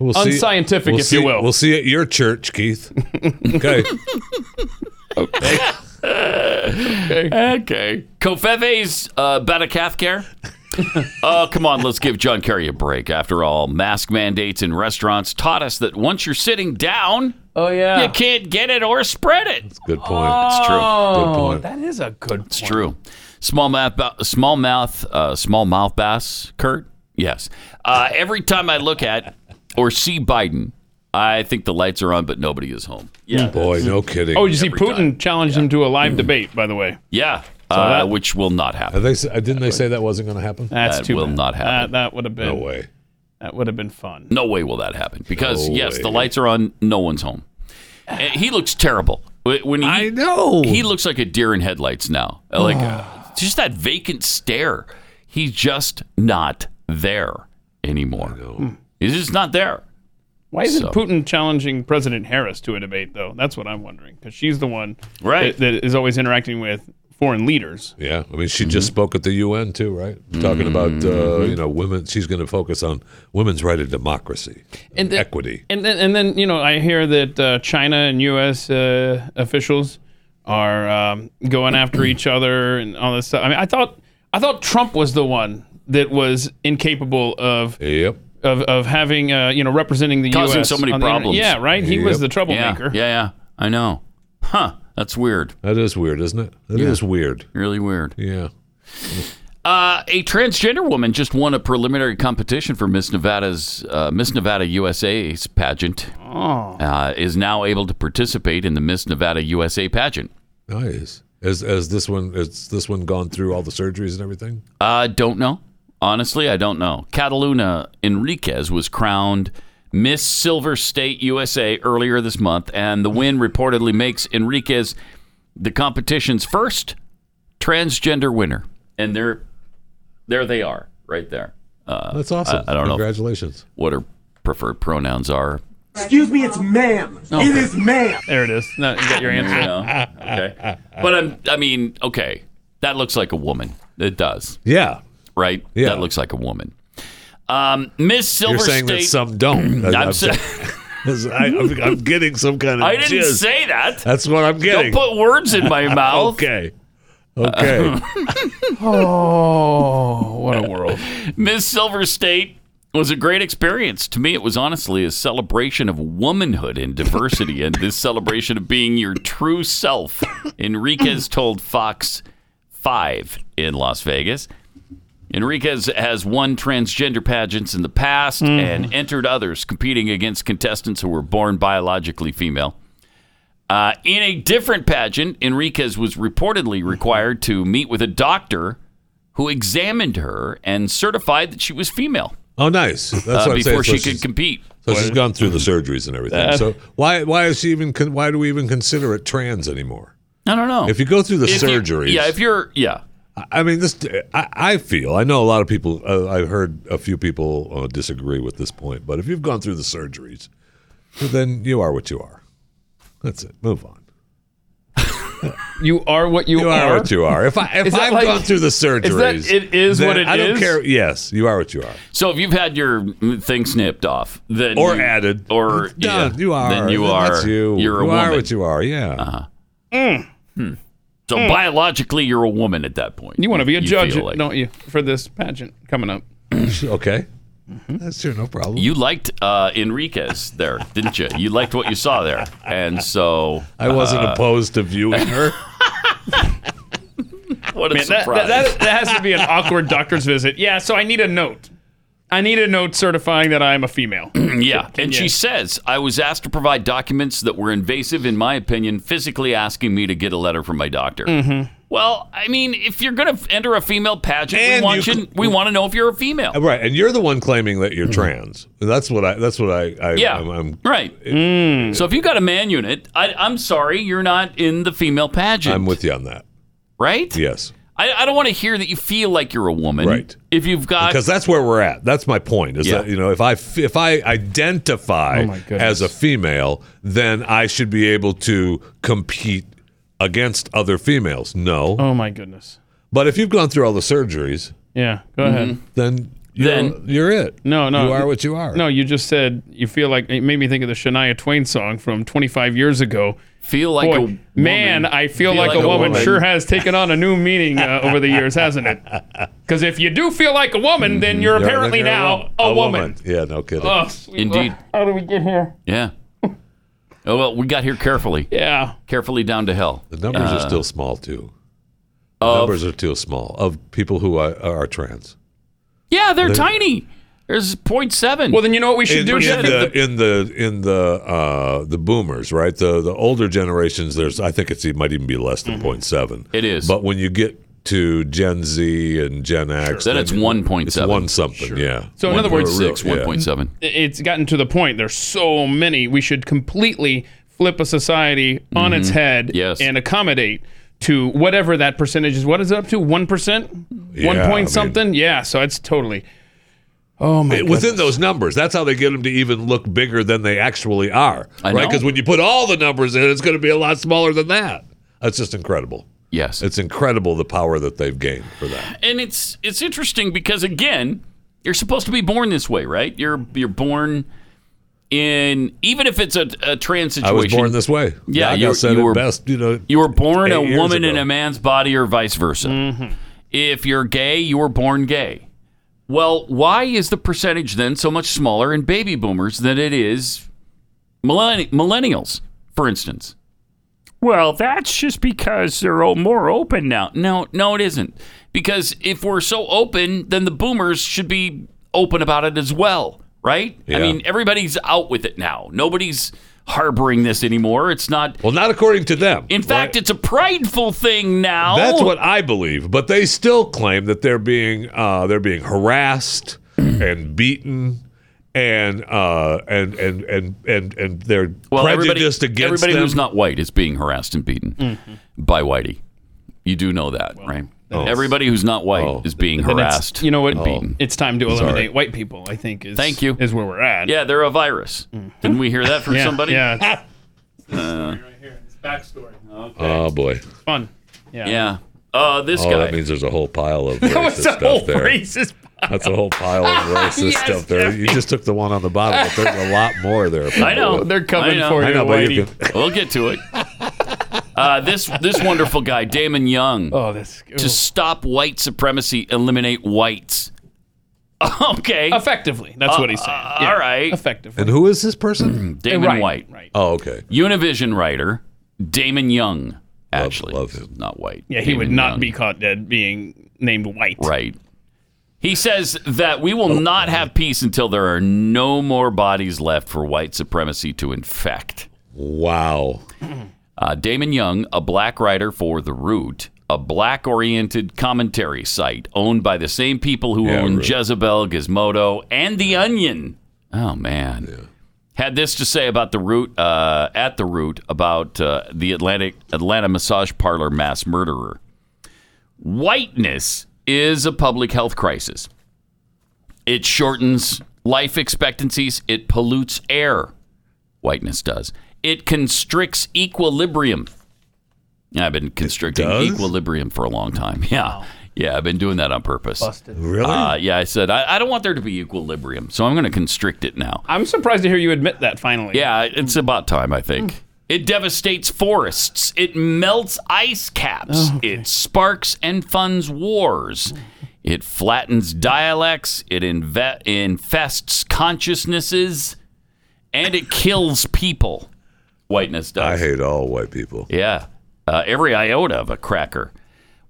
see-
unscientific,
we'll
if
see-
you will.
We'll see at your church, Keith. Okay.
Okay. Kofeve's uh, Batakathcare? oh, come on. Let's give John Kerry a break. After all, mask mandates in restaurants taught us that once you're sitting down,
oh yeah,
you can't get it or spread it. It's
Good point. It's
true.
Good
Oh,
point.
that is a good. It's
true. Small mouth, ba- small mouth, uh, small mouth bass, Kurt? Yes. Uh, every time I look at or see Biden, I think the lights are on, but nobody is home. Yeah.
Boy, no kidding.
Oh, did you see
Every
Putin challenged him to a live debate? By the way,
Yeah.
Saw
Uh,
that.
which will not
Are
happen.
they, uh, didn't they say that wasn't going to happen?
that's
That
too
will
bad.
not happen.
That, that would have been
No way.
that would have been fun.
No way will that happen because
No
yes, the
way.
lights are on. No one's home. And he looks terrible Wh- when he.
I know. Ah.
He looks like a deer in headlights now. Like uh, just that vacant stare. He's just not there anymore. He's just not there.
Why isn't
So-
Putin challenging President Harris to a debate, though? That's what I'm wondering, because she's the one
Right.
that, that is always interacting with foreign leaders.
Yeah, I mean, she just spoke at the UN too, right? Talking about uh, you know women. She's going to focus on women's right to democracy, and
the-
equity.
And then, and then you know, I hear that uh, China and U.S. Uh, officials are um, going after each other and all this stuff. I mean, I thought I thought Trump was the one that was incapable of
Yep.
of, of having uh, you know representing the
Causing
U.S.
so many
on the internet.
problems.
Yeah, right. He
Yep.
was the
Yeah,
troublemaker.
yeah, yeah. I know. Huh? That's weird.
That is weird, isn't it? That is weird.
Really weird.
Yeah.
Uh, a transgender woman just won a preliminary competition for Miss Nevada's uh, Miss Nevada USA's pageant. Uh, is now able to participate in the Miss Nevada USA pageant.
Nice. Has as this one has this one gone through all the surgeries and everything?
I don't know. Honestly, I don't know. Cataluna Enriquez was crowned Miss Silver State USA earlier this month, and the win reportedly makes Enriquez the competition's first transgender winner. And there, there they are, right there. Uh,
That's awesome.
I don't know.
Congratulations.
what her preferred pronouns are.
Excuse me, it's ma'am. It is ma'am.
There it is. No, you got your answer.
You know? okay. But I'm, I mean, okay, that looks like a woman. It does,
Yeah.
right?
Yeah.
That looks like a woman. Um, Miss Silver
You're saying
State.
that some don't.
I'm sa-
saying- I, am I'm getting some kind of.
I didn't
jizz.
say that.
That's what I'm
Don't
getting.
put words in my mouth. Uh,
okay. Okay.
Oh, what a world!
Miss Silver State It was a great experience. To me, it was honestly a celebration of womanhood and diversity and this celebration of being your true self. Enriquez told Fox 5 in Las Vegas. Enriquez has won transgender pageants in the past
Mm.
and entered others, competing against contestants who were born biologically female. Uh, in a different pageant, Enriquez was reportedly required to meet with a doctor who examined her and certified that she was female.
Oh, nice. That's
Uh,
what I'm
before she Uh,
saying. so
could
she's-
compete.
So she's gone through the surgeries and everything.
That-
so why why is she even con- why do we even consider it trans anymore?
I don't know.
If you go through the
If you-
surgeries,
yeah, if you're, yeah.
I- I mean, this. I, I feel. I know a lot of people. Uh, I've heard a few people uh, disagree with this point. But if you've gone through the surgeries, then you are what you are. That's it. Move on.
You are what you,
You are what you are. If I if
Is that
I've
like-
gone through the
is that-
surgeries,
it is
then
what it
I don't
is?
care. Yes, you are what you are.
So if you've had your thing snipped off, then
Or
added, or yeah,
Done. You are.
then you are,
That's you.
are a
You
woman.
are what you are. Yeah. Uh-huh.
So
Mm.
biologically, you're a woman at that point.
You want to be a judge,
feel like.
don't you, for this pageant coming up?
okay. That's true. No problem.
You liked uh, Enriquez there, didn't you? You liked what you saw there, and so
I
uh,
wasn't opposed to viewing her.
What a
Man, that,
surprise.
that, that, that has to be an awkward doctor's visit. Yeah, so I need a note. I need a note certifying that I'm a female.
yeah, and she says I was asked to provide documents that were invasive, in my opinion, physically asking me to get a letter from my doctor.
Mm-hmm.
Mhm.
Well, I mean, if you're going to enter a female pageant, we want you,
you-
we want to know if you're a female.
Right, and you're the one claiming that you're trans. That's what I. That's what I. I
Mm-hmm. Yeah.
I'm, I'm,
Right. Mm. So if you got a man unit, I, I'm sorry, you're not in the female pageant.
I'm with you on that.
Right?
Yes.
I, I don't want to hear that you feel like you're a woman.
Right.
If you've got
Because that's where we're at. That's my point. Is
Yeah.
that you know if I f- if I identify
Oh my goodness.
as a female, then I should be able to compete against other females. No.
Oh my goodness.
But if you've gone through all the surgeries,
Yeah, go ahead.
Then you're,
Then-
you're it.
No, no.
Mm-hmm. You are what you are.
No, you just said you feel like it made me think of the Shania Twain song from 25 years ago.
Feel like
Boy,
a woman.
man. I feel, like, a, woman. Sure has taken on a new meaning uh, over the years, hasn't it? Because if you do feel like a woman, then you're
Mm-hmm. You're-
apparently
then you're
now a,
wo-
woman.
Yeah. No kidding.
Oh, sweet
Indeed.
Lord. How do we get here?
Yeah. Oh well, we got here carefully.
Yeah.
Carefully down to hell.
The numbers are
Uh,
still small too. The
of-
numbers are still small of people who are, are trans.
Yeah, they're,
They're-
tiny. There's 0.7. Well,
then you know what we
in, in the in the in the uh, the boomers, right? The the older generations. There's I think it's it might even be less
Mm-hmm.
than point seven. It
is.
But when you get to Gen Z and Gen X,
Then it's 1.7.
One something. Yeah.
So in other words, six,
Yeah.
1.7.
it's gotten to the point there's so many we should completely flip a society on its
Mhm.
head
Yes.
and accommodate to whatever that percentage is what is it up to 1%
Yeah,
one
I mean-
point something yeah so it's totally oh my
It- within those numbers, that's how they get them to even look bigger than they actually are.
I
right?
know.
Because when you put all the numbers in, it's going to be a lot smaller than that. That's just incredible.
Yes,
it's incredible the power that they've gained for that.
and it's it's interesting because again, you're supposed to be born this way, right? You're you're born in even if it's a, a trans
I
situation.
was born this way.
Yeah,
God
you-
said
you
it
were-
best. You know,
You were born a
eight years
woman
ago.
in a man's body or vice versa. If you're gay, you were born gay. Well, why is the percentage then so much smaller in baby boomers than it is millenni- millennials, for instance? Well, that's just because they're o- more open now. No, no, it isn't. Because if we're so open, then the boomers should be open about it as well, right? I
Yeah.
mean, everybody's out with it now. Nobody's harboring this anymore. It's not.
Well, not according to them.
In fact, it's a prideful thing now.
That's what I believe, but they still claim that they're being uh, they're being harassed and beaten and uh, and and and and and they're
well, everybody,
prejudiced against
everybody
them.
who's not white is being harassed and beaten
Mm-hmm.
by whitey. You do know that, right?
that's-
Everybody who's not white
Oh.
is being
Then it's-
harassed.
you know what
and beaten.
it's time to
Sorry.
eliminate white people i think is
Thank you.
is where we're at
Yeah, they're a virus. Didn't we hear that from
Mm-hmm. Yeah,
somebody?
yeah.
Uh,
backstory
Oh boy!
fun yeah
yeah. Uh, this
oh,
guy.
that means there's a whole pile of
That
racist
was a
stuff
whole
there.
racist
That's a whole pile of racist
Yes,
stuff there. You just took the one on the bottom, but there's a lot more there.
I know I know.
I know, but you can-
we'll get to it. Uh, this this wonderful guy, Damon Young.
Oh, that's
to stop white supremacy, eliminate whites. Okay.
Effectively. That's what he's saying. Yeah.
Uh, All right.
Effectively.
And who is this person?
Damon
Right,
White.
right.
Oh, okay.
Univision writer Damon Young. Actually, He's not white.
Yeah, he would
Damon
not
Young.
be caught dead being named White.
Right. He says that we will not have peace until there are no more bodies left for white supremacy to infect.
Wow.
Uh, Damon Young, a black writer for The Root, a black oriented commentary site owned by the same people who
Yeah,
own
Root.
Jezebel, Gizmodo, and The Onion. Oh, man. Had this to say about the root uh, at the root about uh, the Atlantic Atlanta massage parlor mass murderer. Whiteness is a public health crisis. It shortens life expectancies. It pollutes air. Whiteness does. It constricts equilibrium. I've been constricting
does?
equilibrium for a long time. Yeah. Yeah, I've been doing that on purpose.
Busted.
Really?
Uh, yeah, I said, I, I don't want there to be equilibrium, so I'm going to constrict it now.
I'm surprised to hear you admit that finally.
Yeah, it's about time, I think. It devastates forests. It melts ice caps. It sparks and funds wars. It flattens dialects. It inve- infests consciousnesses. And it kills people. Whiteness
I
does.
hate all white people.
Yeah. Uh, every iota of a cracker.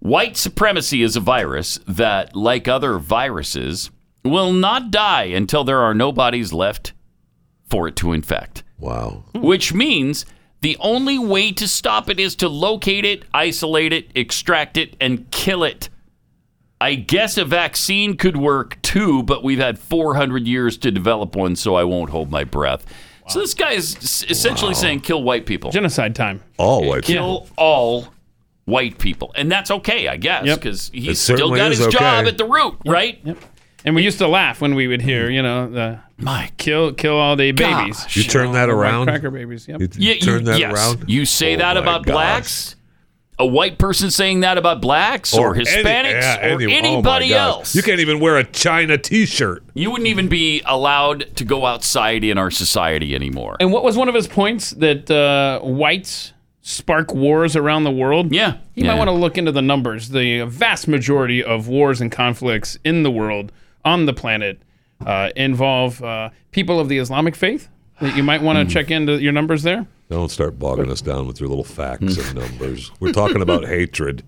White supremacy is a virus that, like other viruses, will not die until there are no bodies left for it to infect.
Wow.
Which means the only way to stop it is to locate it, isolate it, extract it, and kill it. I guess a vaccine could work too, but we've had 400 years to develop one, so I won't hold my breath. So this guy is s- essentially saying kill white people
Genocide time.
All white people.
kill all white people, and that's okay, I guess,
Yep.
because
It
he's still
certainly
got
is
his job
okay.
at the root, right?
And we used to laugh when we would hear, you know, the
My
kill kill all the babies.
gosh.
You turn that
White
around.
Cracker babies. Yep.
You
Yeah,
you turn that
yes.
around.
You say
Oh
that
my
about
gosh.
blacks. A white person saying that about blacks or,
any-
Hispanics
yeah,
or
any- oh my
anybody
gosh.
else.
You can't even wear a China T-shirt.
You wouldn't even be allowed to go outside in our society anymore.
And what was one of his points that uh, whites spark wars around the world?
Yeah.
You
Yeah.
might want to look into the numbers. The vast majority of wars and conflicts in the world, on the planet, uh, involve uh, people of the Islamic faith. That you might want to check into your numbers there.
Don't start bogging us down with your little facts and numbers. We're talking about hatred.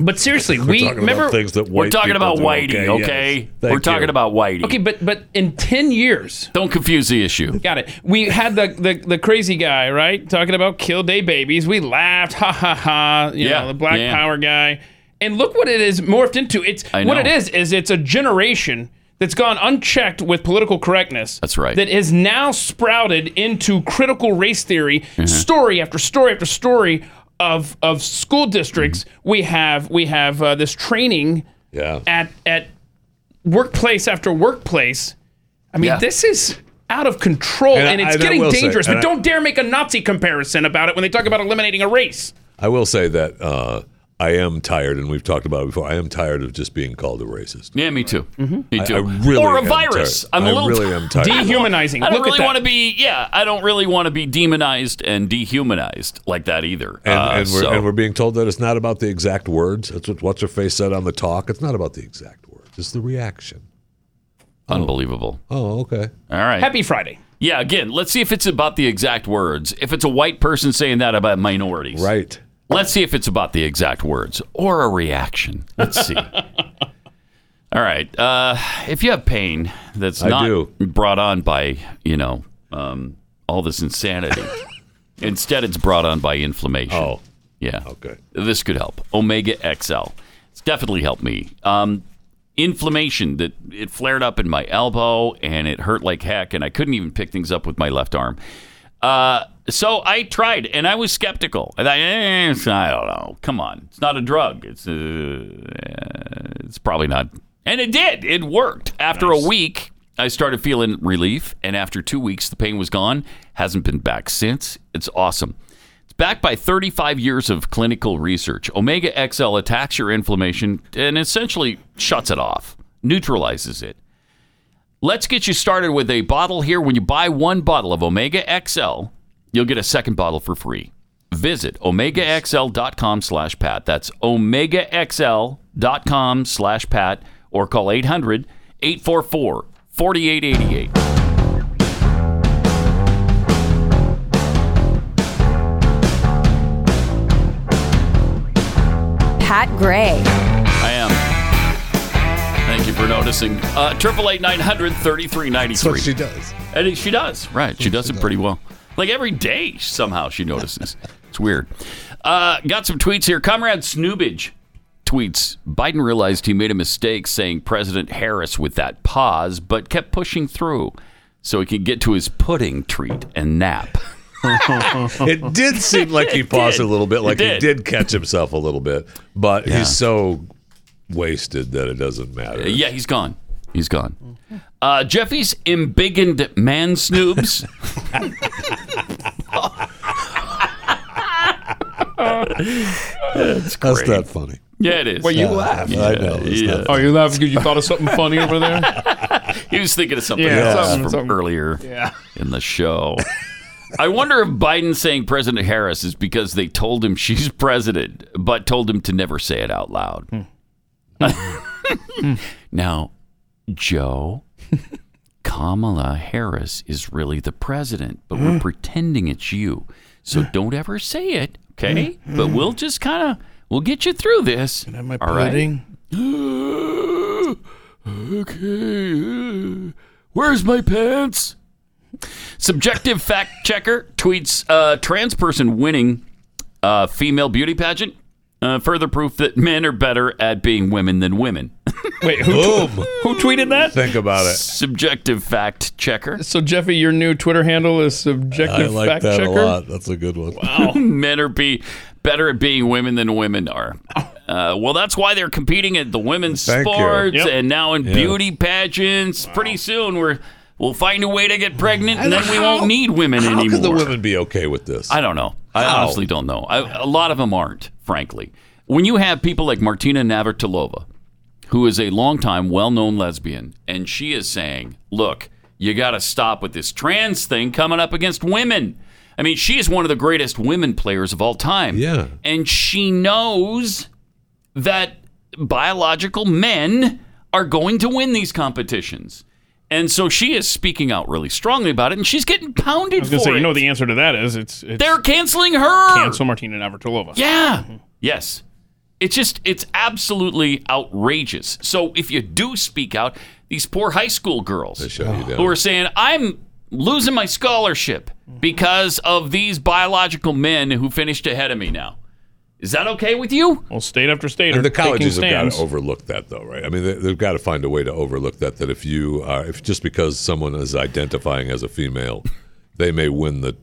But seriously,
We're
we
talking
remember.
about things that white
We're talking
people
about
do.
whitey, okay?
yes. Thank
We're talking
you.
about whitey.
Okay, but but in ten years,
Don't confuse the issue.
got it. We had the, the the crazy guy right talking about kill day babies. We laughed, ha ha ha. You
Yeah,
know, the black
yeah.
power guy. And look what it is morphed into. It's
I
what
know.
it is is it's a generation that's gone unchecked with political correctness.
That's right.
That is now sprouted into critical race theory,
Uh-huh.
story after story after story of of school districts.
Mm-hmm.
We have we have uh, this training
Yeah.
at at workplace after workplace. I mean,
Yeah.
this is out of control
And
and,
I-
it's
and I
getting
will say-
dangerous.
and
but
I-
don't dare make a Nazi comparison about it when they talk about eliminating a race.
I will say that uh, I am tired, and we've talked about it before. I am tired of just being called a racist.
Yeah, me too.
Mm-hmm.
Me too.
I really
or a
am
virus.
tired.
I'm a
I
little
really am tired.
Dehumanizing.
I don't
Look at
really
that.
want to be. Yeah, I don't really want to be demonized and dehumanized like that either.
And,
Uh,
and, we're,
so-
and we're being told that it's not about the exact words. That's what what's her face said on the talk. It's not about the exact words. It's the reaction.
unbelievable.
Oh, okay.
All right.
Happy Friday.
yeah. Again, let's see if it's about the exact words. If it's a white person saying that about minorities,
Right.
Let's see if it's about the exact words or a reaction. Let's see. All right. Uh, if you have pain that's
I
not
do.
brought on by you know um, all this insanity, instead it's brought on by inflammation.
Oh.
yeah.
Okay.
This could help. Omega XL. It's definitely helped me. Um, inflammation that it flared up in my elbow and it hurt like heck, and I couldn't even pick things up with my left arm. Uh, so I tried, and I was skeptical. I thought, eh, it's- I don't know. Come on, it's not a drug. It's uh, eh, it's probably not. And it did. It worked. After a week, I started feeling relief, and after two weeks, the pain was gone. Hasn't been back since. It's awesome. It's backed by 35 years of clinical research. Omega XL attacks your inflammation and essentially shuts it off, neutralizes it. Let's get you started with a bottle here. When you buy one bottle of Omega XL, you'll get a second bottle for free. Visit omegaxl.com slash Pat. That's omegaxl.com slash Pat or call 800 844 4888.
Pat Gray.
I am. Thank you for noticing. Uh, Triple eight nine hundred thirty three ninety three.
That's what she does.
And she does right. She does it pretty well. Like every day, somehow she notices. it's weird. Uh, got some tweets here. Comrade Snoobage tweets: Biden realized he made a mistake saying President Harris with that pause, but kept pushing through so he could get to his pudding treat and nap.
it did seem like he
It
paused
did.
a little bit,
It
like
did.
he did catch himself a little bit, but
Yeah.
he's so wasted that it doesn't matter.
Yeah, he's gone. He's gone. Uh, Jeffy's embiggened man snoobs. That's
That's
great.
not funny.
Yeah, it is.
Well, you laugh.
Yeah,
I know, it's
yeah.
Oh, you laughing because you thought of something funny over there?
He was thinking of something
Yeah,
else
something-
from
something.
earlier
Yeah.
in the show. I wonder if Biden saying President Harris is because they told him she's president, but told him to never say it out loud.
Hmm.
now, Joe, Kamala Harris is really the president, but
Hmm.
we're pretending it's you. So don't ever say it, okay?
Hmm.
but we'll just kind of we'll get you through this. Can I have my okay. uh, Where's my pants? Subjective fact checker tweets uh, trans person winning uh, female beauty pageant. Uh, further proof that men are better at being women than women.
Wait, who, tw- who tweeted that?
Think about it.
Subjective fact checker.
So, Jeffy, your new Twitter handle is Subjective Fact Checker.
That's a good one.
Men are be better at being women than women are. Uh, well, that's why they're competing at the women's
Thank you.
sports
Yep.
and now in
Yeah.
beauty pageants. Pretty soon we're we'll find a way to get pregnant, and then we won't need women
How
anymore.
could the women be okay with this?
I don't know. I
How?
honestly don't know. I, a lot of them aren't, frankly. When you have people like Martina Navratilova, who is a longtime well-known lesbian, and she is saying, "Look, you got to stop with this trans thing coming up against women." I mean, she is one of the greatest women players of all time. Yeah. And she knows that biological men are going to win these competitions. And so she is speaking out really strongly about it, and she's getting pounded
I was
for
going to say,
it.
you know, what the answer to that is it's, it's
They're canceling her.
cancel Martina Navratilova.
Yeah. Mm-hmm. Yes. It's just, it's absolutely outrageous. So if you do speak out, these poor high school girls who are saying, I'm losing my scholarship because of these biological men who finished ahead of me now. Is that okay with you?
Well, state after state
And
are
the colleges have
taking
got
stands.
to overlook that, though, right? I mean, they, they've got to find a way to overlook that. That if you are, if just because someone is identifying as a female, they may win the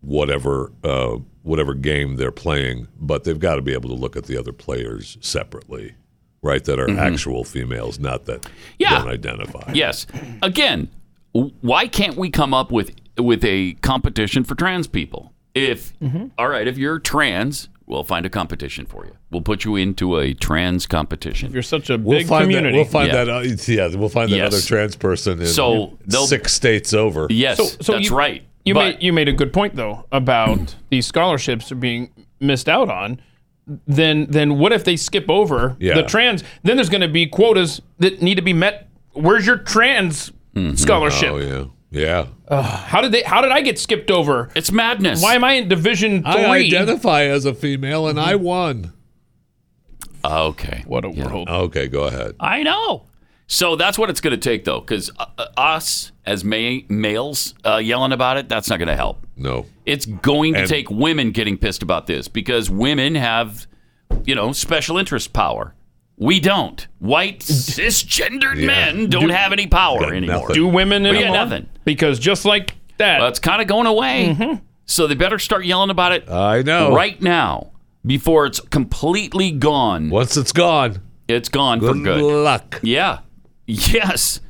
whatever uh, whatever game they're playing, but they've got to be able to look at the other players separately, right? That are
Mm-hmm.
Mhm.
actual females, not that
Yeah.
don't identify.
Yes. Again, w- why can't we come up with with a competition for trans people? If
Mm-hmm.
all right, if you're trans, we'll find a competition for you. We'll put you into a trans competition.
You're such a
We'll
big
find
community.
that. We'll find that. Uh, yeah, we'll find that
Yes.
other trans person in
So they'll-
six states over.
you, You made you made a good point though about these scholarships being missed out on. Then then what if they skip over
Yeah.
the trans? Then there's going to be quotas that need to be met. Where's your trans scholarship?
Oh yeah, yeah.
Ugh, how did they? How did I get skipped over?
It's madness.
Why am I in Division Three?
I identify as a female and I won.
Ah, Okay.
What a world.
Okay, go ahead.
I know. So that's what it's going to take, though, because uh, uh, us as ma- males uh, yelling about it, that's not going to help.
No.
It's going to
And-
take women getting pissed about this because women have, you know, special interest power. We don't. White cisgendered
Yeah.
men don't
Do-
have any power
Got
anymore.
Do women
We got
anymore?
nothing.
Because just like that,
Well, it's kind of going away. So they better start yelling about it.
Mm-hmm. I know.
Right now, before it's completely gone.
Once it's gone,
it's gone for
good
good.
luck.
Yeah. Yes.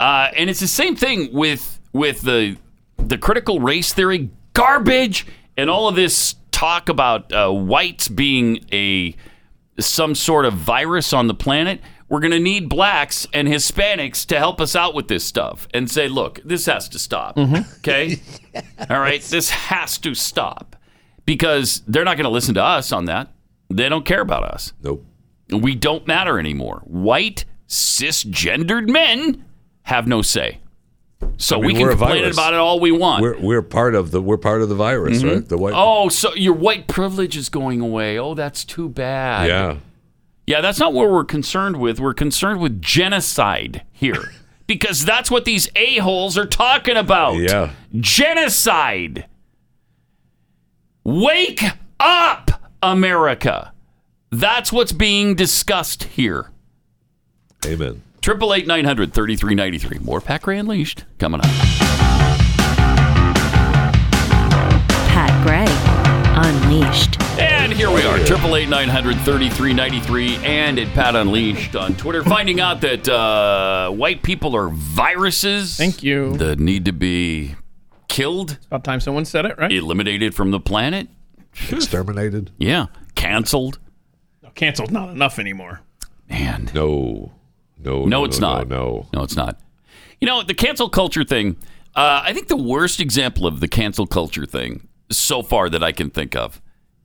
Uh, and it's the same thing with with the the critical race theory garbage and all of this talk about uh, whites being a some sort of virus on the planet. We're going to need blacks and Hispanics to help us out with this stuff and say, look, this has to stop.
Mm-hmm.
Okay? All right? This has to stop because they're not going to listen to us on that. They don't care about us.
Nope.
We don't matter anymore. White cisgendered men have no say. So
I mean,
we can
we're a
complain
virus.
about it all we want.
We're, we're part of the we're part of the virus,
Mhm.
right? The white.
Oh, so your white privilege is going away. Oh, that's too bad.
Yeah.
Yeah, that's not what we're concerned with. We're concerned with genocide here because that's what these a-holes are talking about. Yeah. Genocide. Wake up, America. That's what's being discussed here.
Amen.
Triple eight nine hundred thirty three ninety three. More Pat Gray Unleashed coming up.
Pat Gray Unleashed.
And here we are, triple eight nine hundred thirty three ninety three, and at Pat Unleashed on Twitter, finding out that uh, white people are viruses. Thank
you.
That need to be killed.
about time someone said it, right?
Eliminated from the planet.
Exterminated.
Yeah, canceled.
Canceled, not enough anymore.
Man.
No. No.
No, it's not. No, no, it's not. You know, the cancel culture thing, uh, I think the worst example of the cancel culture thing so far that I can think of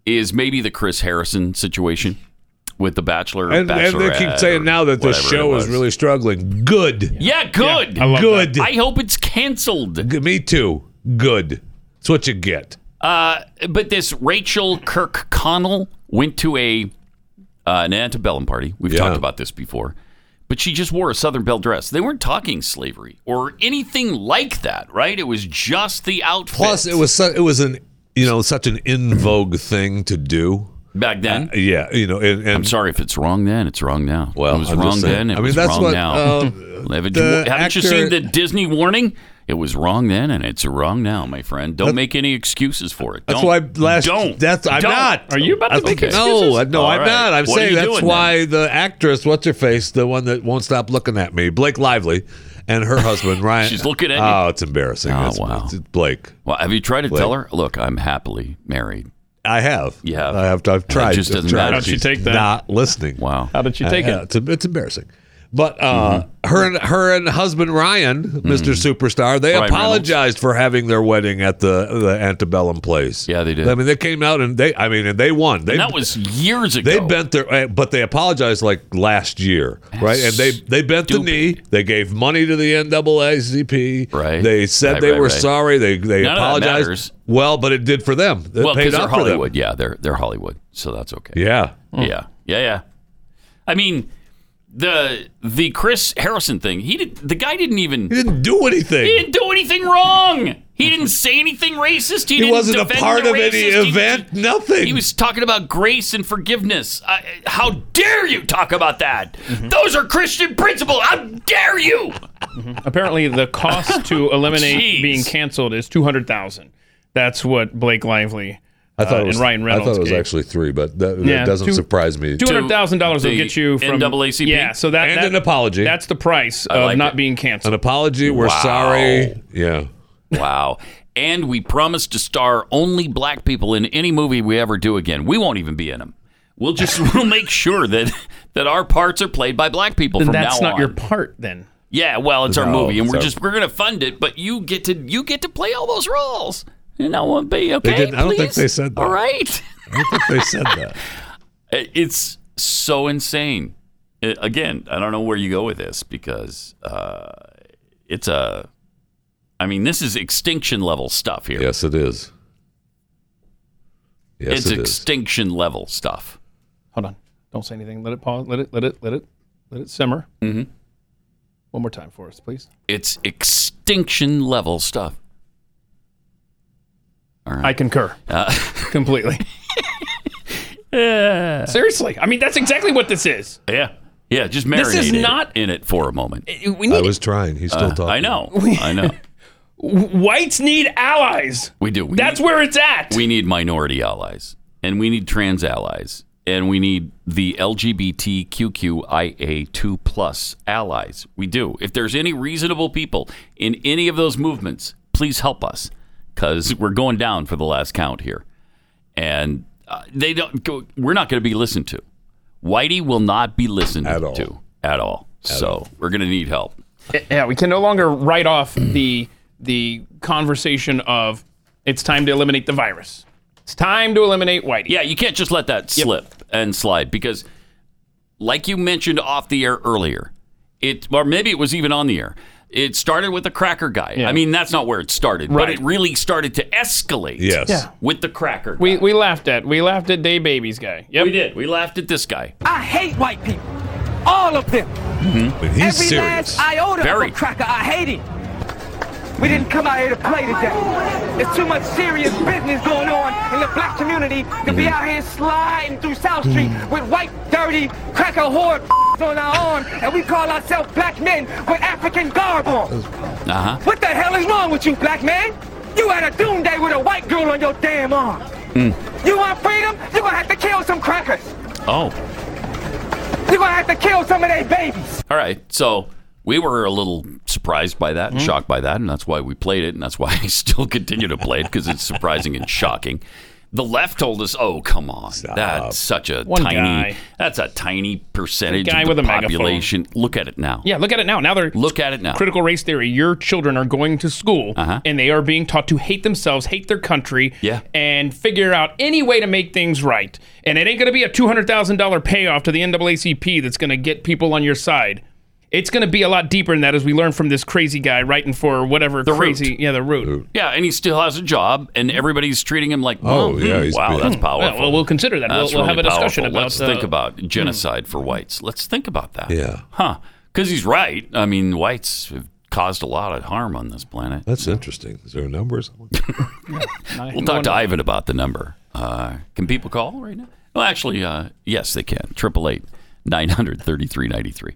is maybe the Chris Harrison situation with The Bachelor.
And, and they
Bachelorette,
keep
or
saying now that this
whatever it
show
was.
is really struggling. Good.
Yeah, good.
I love Good. that.
I hope it's canceled.
Me too. Good. That's what you get.
Uh, but this Rachel Kirk Connell went to a uh, an antebellum party. We've talked about this before. But she just wore a Southern Belle dress. They weren't talking slavery or anything like that, right? It was just the outfit.
Plus, it was su- it was an you know such an
Mm-hmm.
in vogue thing to do
back then.
yeah, you know. And,
I'm sorry if it's wrong then. It's wrong now. Well, it was
I'm just
wrong
saying.
then. It
I mean,
was
that's
wrong
what,
now.
uh,
haven't you,
the
haven't you
actor-
seen the Disney warning? It was wrong then, and it's wrong now, my friend. Don't make any excuses for it.
That's
Don't.
why last.
Don't.
That's I'm
Don't.
not.
Are you about to
I
make
think- No,
excuses?
I- no,
All
I'm
right.
not. I'm
What are
saying
you
that's
doing
why the actress, what's her face, the one that won't stop looking at me, Blake Lively, and her husband Ryan.
She's looking at you.
Oh, it's embarrassing.
Oh,
That's-
wow.
it's Blake.
Well, have you tried to
Blake.
tell her? Look, I'm happily married.
I have.
You have.
I have. I've
it
tried.
just
I've
doesn't
tried.
matter. How'd she
She's
take that?
Not listening.
Wow.
How did she
Uh,
take
yeah,
it?
It's, it's embarrassing. But uh,
Mm-hmm.
her and her and husband Ryan, Mr. Superstar, they
Ryan
apologized for having their wedding at the the antebellum place. Yeah, they
did.
I mean, they came out and they. I mean, and they won. They,
And that was years ago.
They bent their, uh, but they apologized like last year, right? And they they bent the knee. They gave money to the NAACP. Right. They said
Right,
they
right,
were
right.
sorry. They they
None of that
apologized.
matters.
well, but it did for them. It
well,
paid
they're
off for them.
Hollywood. Yeah, they're they're Hollywood, so that's okay.
Yeah.
Yeah, yeah, yeah. I mean, the the Chris Harrison thing. He did. The guy didn't even. He
didn't do anything.
He didn't do anything wrong. He didn't say anything racist. He,
He
didn't
wasn't a
defend
part
the
of any
racist. He-
event,
he-
nothing.
He was talking about grace and forgiveness. I, how dare you talk about that?
Mm-hmm.
Those are Christian principles. How dare you?
Apparently, the cost to eliminate
Jeez.
being canceled is two hundred thousand. That's what Blake Lively
I thought
uh,
it was,
and Ryan Reynolds.
I thought it was
gave.
actually three, but that, that
Yeah,
doesn't
two-
surprise me.
Two hundred thousand dollars will
the
get you from
NAACP?
Yeah, so that
And
that-
an apology.
That's the price
I
of
like
not
it.
being canceled.
An apology. We're
Wow.
sorry. Yeah.
Wow. And we promise to star only black people in any movie we ever do again. We won't even be in them. We'll just we'll make sure that that our parts are played by black people
Then
from
that's
now
not
on.
your part. Then
yeah, well, it's our
No,
movie, and we're
it's our-
just we're gonna fund it, but you get to you get to play all those roles, and I won't be okay.
They didn't- I don't think
please?
they said that.
All right.
I don't think they said that.
It- It's so insane. I- Again, I don't know where you go with this because uh, it's a. I mean, this is extinction level stuff here.
Yes, it is. Yes,
it's
it is.
extinction level stuff.
hold on, don't say anything. Let it pause. Let it. Let it. Let it. Let it simmer.
Mhm.
One more time for us, please.
It's extinction level stuff. All right.
I concur
Uh,
completely. Seriously, I mean that's exactly what this is.
yeah, yeah. Just marinate
This is
it
not-
in it for a moment.
We need
trying. He's
Uh, I know. I know.
whites need allies.
We do. We
That's where it's at.
We need minority allies, and we need trans allies, and we need the LGBTQIA2 plus allies. We do. If there's any reasonable people in any of those movements, please help us, because we're going down for the last count here, and uh, they don't. Go, we're not going to be listened to. Whitey will not be listened to at all. so we're going to need help.
Yeah, we can no longer write off the the conversation of it's time to eliminate the virus. It's time to eliminate Whitey.
Yeah, you can't just let that slip and slide because, like you mentioned off the air earlier, it, or maybe it was even on the air. It started with the cracker guy. I mean, that's not where it started, but
Right.
it really started to escalate.
Yes. Yeah.
with the cracker.
We, we laughed at we laughed at Day Babies guy. Yep.
We did. We laughed at this guy.
I hate white people. All of them.
But
Every last iota
Very.
of a cracker, I hate him. We didn't come out here to play today. There's too much serious business going on in the black community to be out here sliding through South Street with white, dirty, cracker whore on our arm, and we call ourselves black men with African garb on.
Uh huh.
What the hell is wrong with you, black man? You had a doom day with a white girl on your damn arm. You want freedom? You're gonna have to kill some crackers.
Oh.
You're gonna have to kill some of their babies.
All right. So we were a little surprised by that and
Mm-hmm.
shocked by that, and that's why we played it, and that's why I still continue to play it because it's surprising and shocking. The left told us, "Oh, come on, that's such a
One
tiny,
guy.
that's a tiny percentage
guy
of the
with a megaphone.
population." Look at it now.
Yeah, look at it now. Now they're
Look at it now.
critical race theory. Your children are going to school and they are being taught to hate themselves, hate their country,
Uh-huh. Yeah.
and figure out any way to make things right. And it ain't going to be a two hundred thousand dollar payoff to the NAACP that's going to get people on your side. It's going to be a lot deeper than that, as we learn from this crazy guy writing for whatever
The
crazy, yeah, the root.
Yeah, and he still has a job, and everybody's treating him like, "Oh,
yeah,
hmm,
he's
wow,
big.
that's
Hmm.
powerful."
Well, we'll consider that. We'll-
That's
we'll have
really
a discussion
powerful.
about,
Let's
uh,
think about genocide for whites. Let's think about that.
Yeah.
huh? Because he's right. I mean, whites have caused a lot of harm on this planet.
That's interesting. Is there a number? or something?
We'll talk to Ivan about the number. Uh, can people call right now? Well, actually, uh, yes, they can. Triple eight nine hundred thirty three ninety three.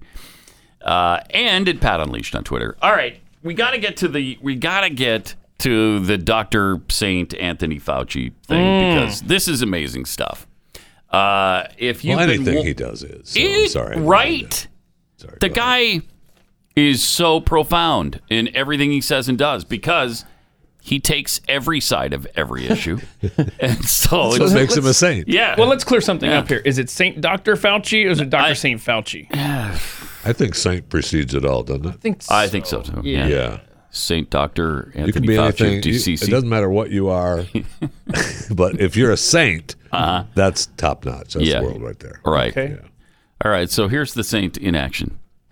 Uh, and at Pat Unleashed on Twitter. All right, we got to get to the we got to get to the Doctor Saint Anthony Fauci thing
Mm.
because this is amazing stuff. Uh, if you
Well, anything he does is. So I'm sorry.
right. the guy is so profound in everything he says and does because he takes every side of every issue, and so
That's what
it's-
makes him a saint.
Yeah.
Well, let's clear something
Yeah.
up here. Is it Saint Doctor Fauci or is it Doctor Saint Fauci?
I think saint precedes it all, doesn't it? I
think
I think so too.
Yeah. Yeah.
Saint Doctor Anthony
you can be
Fauci,
anything. You,
DCC.
it doesn't matter what you are, but if you're a saint, that's top notch. That's
Uh-huh. Yeah.
the world right there.
Right. All right. So here's the Saint in action.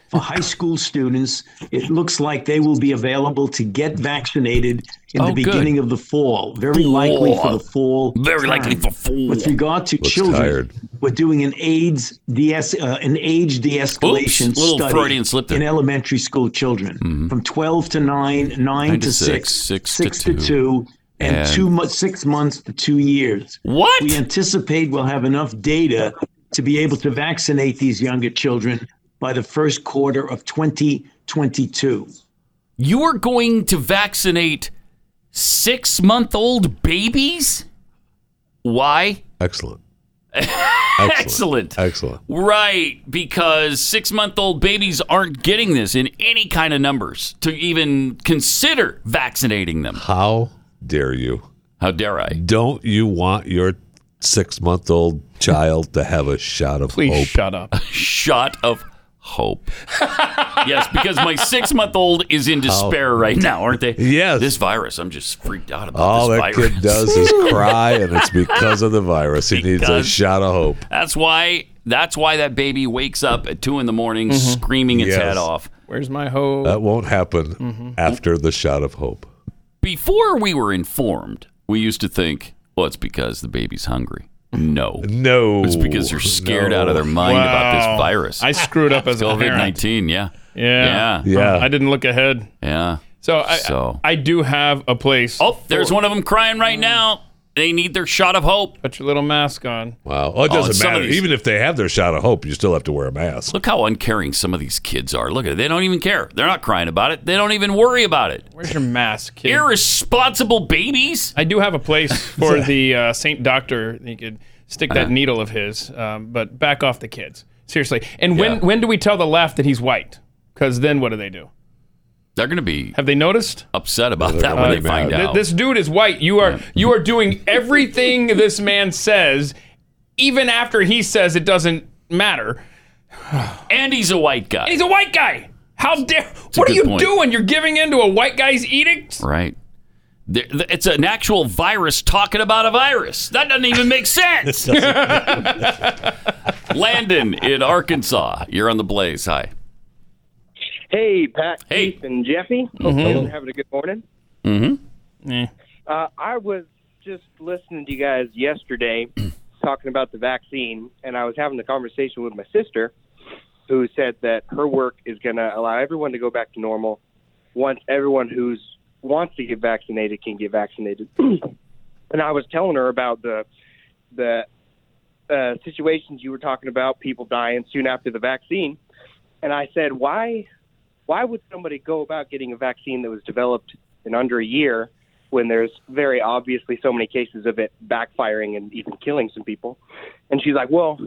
For high school students, it looks like they will be available to get vaccinated in
Oh,
the
good.
beginning of the fall. Very likely for the fall.
Very likely for fall.
With regard to children, we're doing an AIDS DS uh, an age de-escalation
Oops, little
study
Freudian slip there.
in elementary school children from 12 to 9, 9
Nine
to
to
6,
six, six to
to 2,
two,
and,
and-
two mo- 6 months to 2 years.
What?
We anticipate we'll have enough data to be able to vaccinate these younger children by the first quarter of 2022.
You are going to vaccinate six month old babies? Why?
Excellent.
Excellent.
Excellent.
Right, because six month old babies aren't getting this in any kind of numbers to even consider vaccinating them.
How dare you?
How dare I?
Don't you want your six month old child to have a shot of
Please
hope?
shut up.
Shot of hope. yes, because my six month old is in despair right now, aren't they? Yes. This virus, I'm just freaked out about
All
this
that
virus.
kid does is cry, and it's because of the virus. He needs a
Because-
shot of hope.
That's why. That's why that baby wakes up at two in the morning
Mm-hmm.
screaming its
Yes.
head off.
Where's my hoe?
That won't happen
Mm-hmm.
after the shot of hope.
Before we were informed, we used to think, "Well, it's because the baby's hungry." No,
no,
it's because they're scared
No.
out of their mind about this
Wow.
virus.
I screwed up as a parent.
COVID nineteen. Yeah,
Yeah. Oh,
yeah,
I didn't look ahead.
yeah.
So I,
So.
I do have a place. Oh,
There's one of them crying right now. They need their shot of hope.
Put your little mask on.
Wow. Oh, it
Oh,
doesn't
some of
matter.
these-
Even if they have their shot of hope, you still have to wear a mask.
Look how uncaring some of these kids are. Look at it. They don't even care. They're not crying about it. They don't even worry about it.
Where's your mask, kid?
Irresponsible babies.
I do have a place for the uh, Saint Doctor. You could stick
Uh-huh.
that needle of his, um, but back off the kids. Seriously. And when when do we tell the left that he's white? Because then what do they do?
They're going to be.
Have they noticed?
Upset about that when they find
Th-
out.
This dude is white. You are you are doing everything this man says, even after he says it doesn't matter.
and he's a white guy.
And he's a white guy. How dare?
a
what are
good
you
point.
doing? You're giving in to a white guy's edict.
Right. There- th- It's an actual virus talking about a virus. That doesn't even make sense. Landon in Arkansas, you're on the blaze. Hi.
Hey, Pat, Keith, and Jeffy. Hope
Mhm.
you're having a good morning.
Mm-hmm.
Uh, I was just listening to you guys yesterday talking about the vaccine, and I was having a conversation with my sister who said that her work is going to allow everyone to go back to normal once everyone who's wants to get vaccinated can get vaccinated. and I was telling her about the the uh, situations you were talking about, people dying soon after the vaccine, and I said, why why would somebody go about getting a vaccine that was developed in under a year when there's very obviously so many cases of it backfiring and even killing some people? And she's like, well,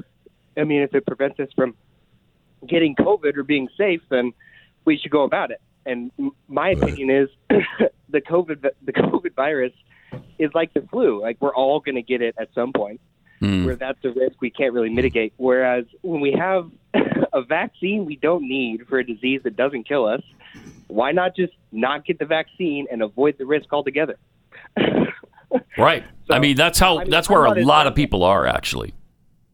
I mean, if it prevents us from getting COVID or being safe, then we should go about it. And m- my opinion is the COVID vi- the COVID virus is like the flu. Like we're all going to get it at some point.
Mm.
Where that's a risk we can't really mitigate. Whereas when we have a vaccine we don't need for a disease that doesn't kill us, why not just not get the vaccine and avoid the risk altogether?
Right. I mean, that's how.
I mean,
that's
I'm
where
not
a
as
lot of people are actually.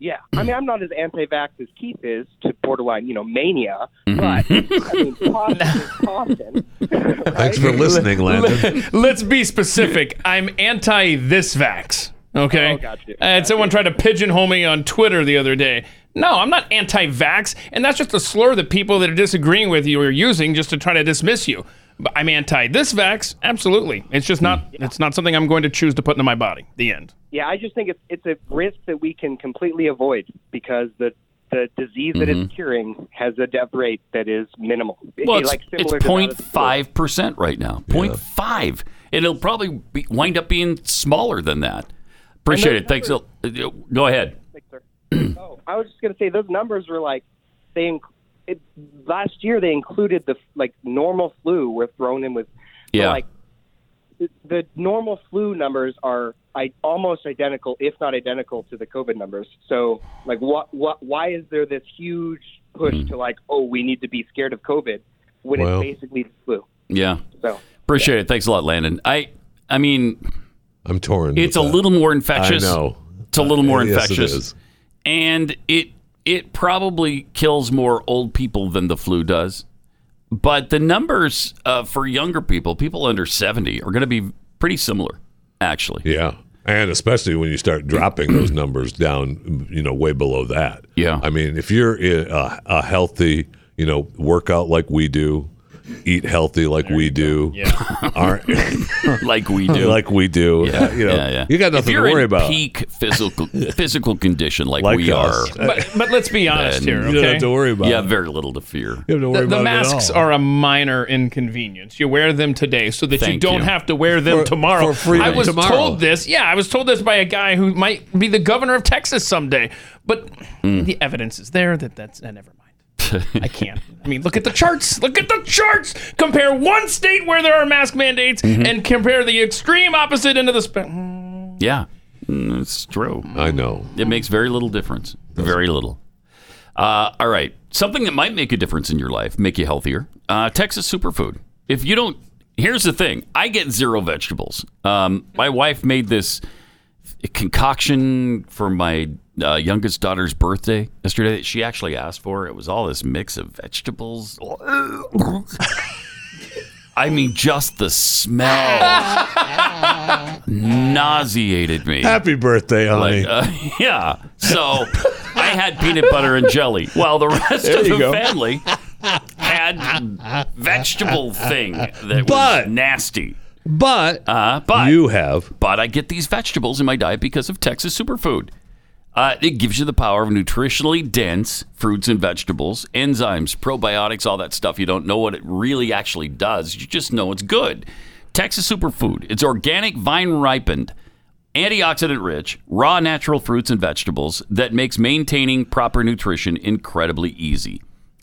Yeah, I mean, I'm not as anti-vax as Keith is to borderline, you know, mania.
Mm-hmm.
I mean, Boston is Boston.
Thanks for listening, Landon.
Let's be specific. I'm anti this vax. Okay. Uh,
Oh, gotcha.
And someone tried to pigeonhole me on Twitter the other day. No, I'm not anti vax. And that's just a slur that people that are disagreeing with you are using just to try to dismiss you. But I'm anti this vax. Absolutely. It's just not,
Hmm.
it's not something I'm going to choose to put into my body. The end.
Yeah, I just think it's it's a risk that we can completely avoid because the the disease that it's curing has a death rate that is minimal.
Mm-hmm. Well, it's, it's
similar to that of the flu.
0.5% right now. 0.5. And it'll probably be, wind up being smaller than that. Appreciate it. Thanks. uh, Go ahead.
Oh, I was just going to say those numbers were like they inc- it, last year they included the like normal flu were thrown in with so,
Yeah.
like the, the normal flu numbers are I, almost identical if not identical to the COVID numbers. So like what what why is there this huge push to like oh we need to be scared of COVID when
Hmm. Well.
it's basically the flu.
Yeah.
So
Appreciate it. Thanks a lot, Landon. I I mean,
I'm torn.
it's a
with that.
little more infectious.
I know.
It's a little more
Uh, Yes, it
infectious.
is.
And it it probably kills more old people than the flu does. But the numbers uh, for younger people, people under 70, are going to be pretty similar, actually.
Yeah. And especially when you start dropping those numbers down, you know, way below that. Yeah. I mean, if you're in a, a healthy, you know, workout like we do, eat healthy like we do, yeah. aren't
like we do,
like we do, uh, you know, you got
if
nothing to
you're
worry
in
about.
Peak physical physical condition like,
Like
we
us.
are.
But, but let's be honest
then
here. Okay?
You don't have to worry about
You
it.
have very little to fear.
You have to
The, the masks are a minor inconvenience. You wear them today so that you
Thank
don't
you.
have to wear them
For-
tomorrow.
for freedom
I was
tomorrow.
told this. Yeah, I was told this by a guy who might be the governor of Texas someday. But
Mm.
the evidence is there that that's uh, never mind. I can't. I mean, look at the charts. Look at the charts. Compare one state where there are mask mandates
Mhm.
and compare the extreme opposite end of the hmm. spectrum.
Yeah, Mm, it's true.
I know.
It makes very little difference. Very little. Uh, all right. Something that might make a difference in your life, make you healthier. Uh, Texas superfood. If you don't, here's the thing. I get zero vegetables. Um, my wife made this concoction for my uh, youngest daughter's birthday yesterday. That she actually asked for. It was all this mix of vegetables. I mean, just the smell nauseated me.
Happy birthday, honey.
Like, uh, yeah. So I had peanut butter and jelly, while the rest
There
of
you
the
go.
family had vegetable thing that
But-
was nasty.
But,
uh, but
you have.
But I get these vegetables in my diet because of Texas Superfood. Uh, it gives you the power of nutritionally dense fruits and vegetables, enzymes, probiotics, all that stuff. You don't know what it really actually does. You just know it's good. Texas Superfood. It's organic, vine ripened, antioxidant rich, raw natural fruits and vegetables that makes maintaining proper nutrition incredibly easy.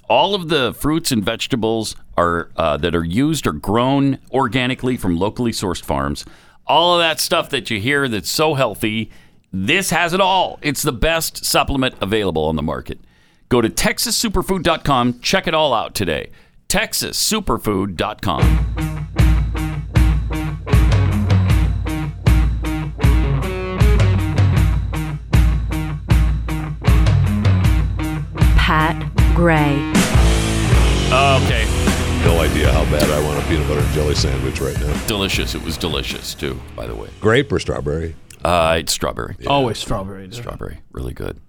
All of the fruits and vegetables are uh, that are used are grown organically from locally sourced farms. All of that stuff that you hear that's so healthy, this has it all. It's the best supplement available on the market. Go to texassuperfood.com, check it all out today. texassuperfood.com.
Pat Gray.
Okay.
no idea how bad I want a peanut butter and jelly sandwich right now.
Delicious. It was delicious too, by the way.
Grape or strawberry?
Uh, it's strawberry.
Always strawberry. though.
Strawberry, really good.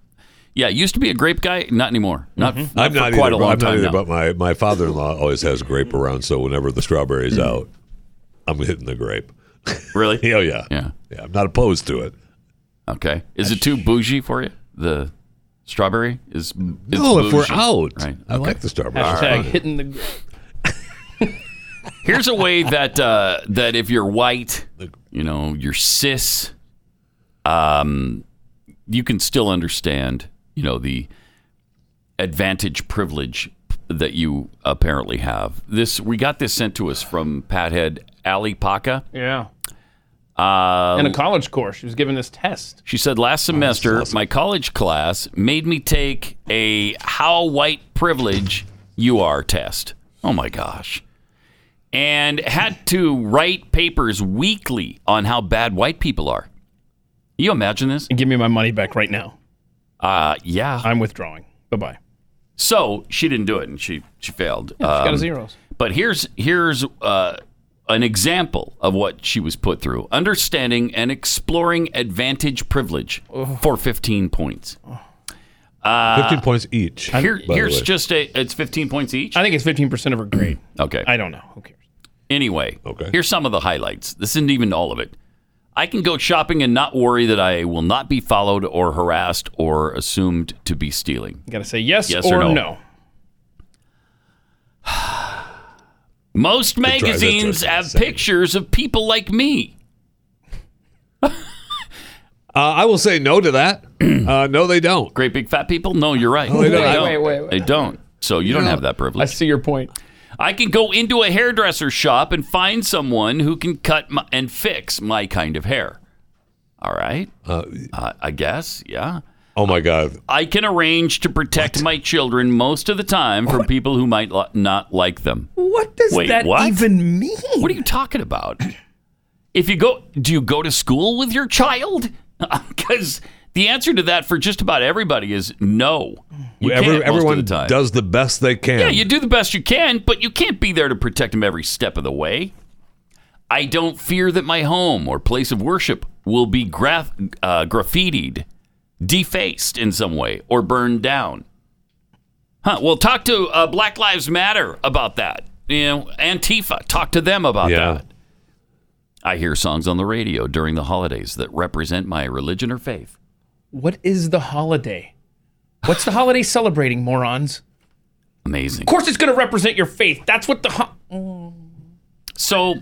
Yeah, used to be a grape guy, not anymore. Not, Mm-hmm. not
I'm
for
not
quite
either,
a
but-
long
I'm not
time
either,
now.
but my, my father-in-law always has grape around, so whenever
Hmm.
the strawberry's out, I'm hitting the grape.
Really?
oh yeah.
Yeah.
I'm not opposed to it.
Okay. Is it too bougie for you? The strawberry is. is
No, Oh, if we're
bougie.
out.
Right.
I like the strawberry.
All
Hashtag
right.
hitting the.
Here's a way that uh, that if you're white, you know, you're cis, um, you can still understand, you know, the advantage privilege that you apparently have. This we got this sent to us from Pathead Ali Paca.
Yeah.
Uh,
In a college course, she was given this test.
She said, last semester, my college class made me take a how white privilege you are test. Oh my gosh. And had to write papers weekly on how bad white people are. You imagine this?
Give me my money back right now.
Uh, yeah.
I'm withdrawing. Bye bye.
So she didn't do it, and she she failed.
Yeah, she got a
Um,
zeros.
But here's here's uh, an example of what she was put through: understanding and exploring advantage privilege for 15 points. Uh,
15 points each.
Here,
by the
here's
way.
just a. It's 15 points each.
I think it's 15% of her grade.
Okay.
I don't know. Who cares?
Anyway, okay. here's some of the highlights. This isn't even all of it. I can go shopping and not worry that I will not be followed or harassed or assumed to be stealing.
You got to say yes,
Yes
or,
or no.
no.
Most
drive- that
magazines
drives me
have pictures of people like me.
Uh, I will say no to that. uh, no, they don't.
Great big fat people? No, you're right. They
they don't.
don't.
Wait, wait,
They don't. So you don't
Yeah.
have that
I
privilege.
see your point.
I can go into a hairdresser shop and find someone who can cut my, and fix my kind of hair. All right. Uh, I guess. Yeah.
Oh my God!
I can arrange to protect my children most of the time from people who might li- not like them.
What does
Wait,
that
what?
even mean?
What are you talking about? If you go, do you go to school with your child? Because the answer to that for just about everybody is no. You
Every-
can't most of
everyone
the time.
does the best they can.
Yeah, you do the best you can, but you can't be there to protect him every step of the way. I don't fear that my home or place of worship will be graf- uh, graffitied, defaced in some way, or burned down. Huh? Well, talk to uh, Black Lives Matter about that. You know, Antifa. Talk to them about that. I hear songs on the radio during the holidays that represent my religion or faith.
What is the holiday? What's the holiday celebrating, morons?
Amazing.
Of course, it's going to represent your faith. That's what the. Ho-
So,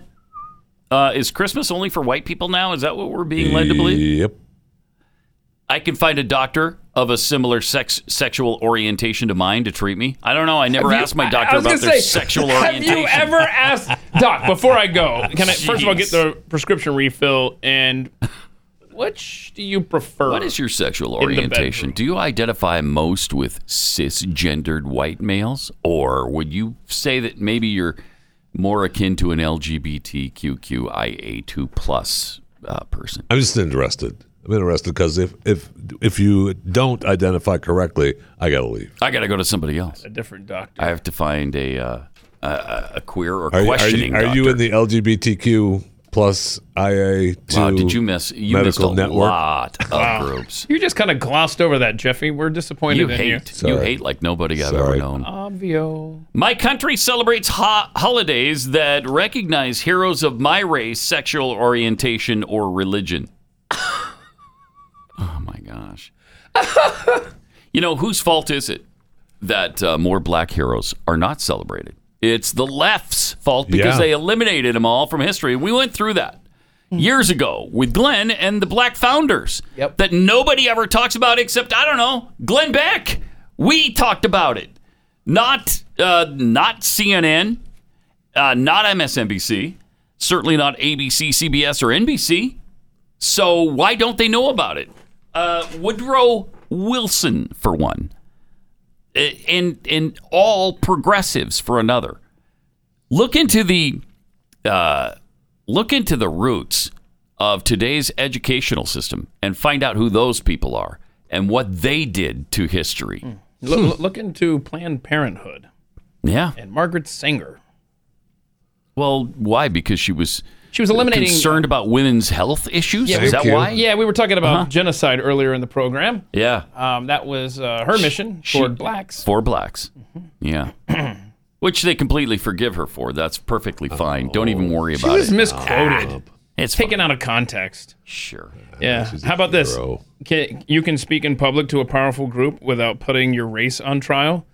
uh, is Christmas only for white people now? Is that what we're being led to believe?
Yep.
I can find a doctor of a similar sex sexual orientation to mine to treat me. I don't know. I never
Have you-
asked my
I-
doctor
I was
about
gonna
their
say,
sexual
Have
orientation.
you ever asked Doc? Before I go, can I first of all get the prescription refill and which do you prefer?
What is your sexual
In the
orientation? Do you identify most with cisgendered white males, or would you say that maybe you're more akin to an LGBTQIA2 plus uh, person?
I'm just interested. I'm interested because if if if you don't identify correctly, I gotta leave.
I got to go to somebody else.
A different doctor.
I have to find a uh, a, a queer or
Are, you- are,
questioning
you, are you in the LGBTQ plus IA two?
Wow, Uh, did you miss- you missed
medical
a
network?
lot of
Wow.
groups.
You just kind of glossed over that, Jeffy. We're disappointed
You
in
hate. You hate like nobody I've ever known.
Obvio.
My country celebrates ho- holidays that recognize heroes of my race, sexual orientation, or religion. oh my gosh. you know, whose fault is it that uh, more black heroes are not celebrated? It's the left's fault because
Yeah.
they eliminated them all from history. We went through that years ago with Glenn and the black founders yep. that nobody ever talks about except, I don't know, Glenn Beck. We talked about it not uh, not CNN, uh, not MSNBC, certainly not ABC, CBS, or NBC. So why don't they know about it? Uh, Woodrow Wilson for one, a- and and all progressives for another. Look into the uh, look into the roots of today's educational system and find out who those people are and what they did to history.
Look, look into Planned Parenthood
Yeah.
and Margaret Sanger.
Well, why? Because she was
She was eliminating-
concerned about women's health issues.
Yeah,
Is that why?
Yeah, we were talking about
Uh-huh.
genocide earlier in the program.
Yeah.
Um, that was uh, her mission
She-
toward blacks.
For blacks.
mm-hmm.
Yeah. Which they completely forgive her for. That's perfectly fine. Don't even worry
She
about
was
it.
misquoted.
It's
taken out of context.
Sure.
Yeah. How about this? Can, you can speak in public to a powerful group without putting your race on trial.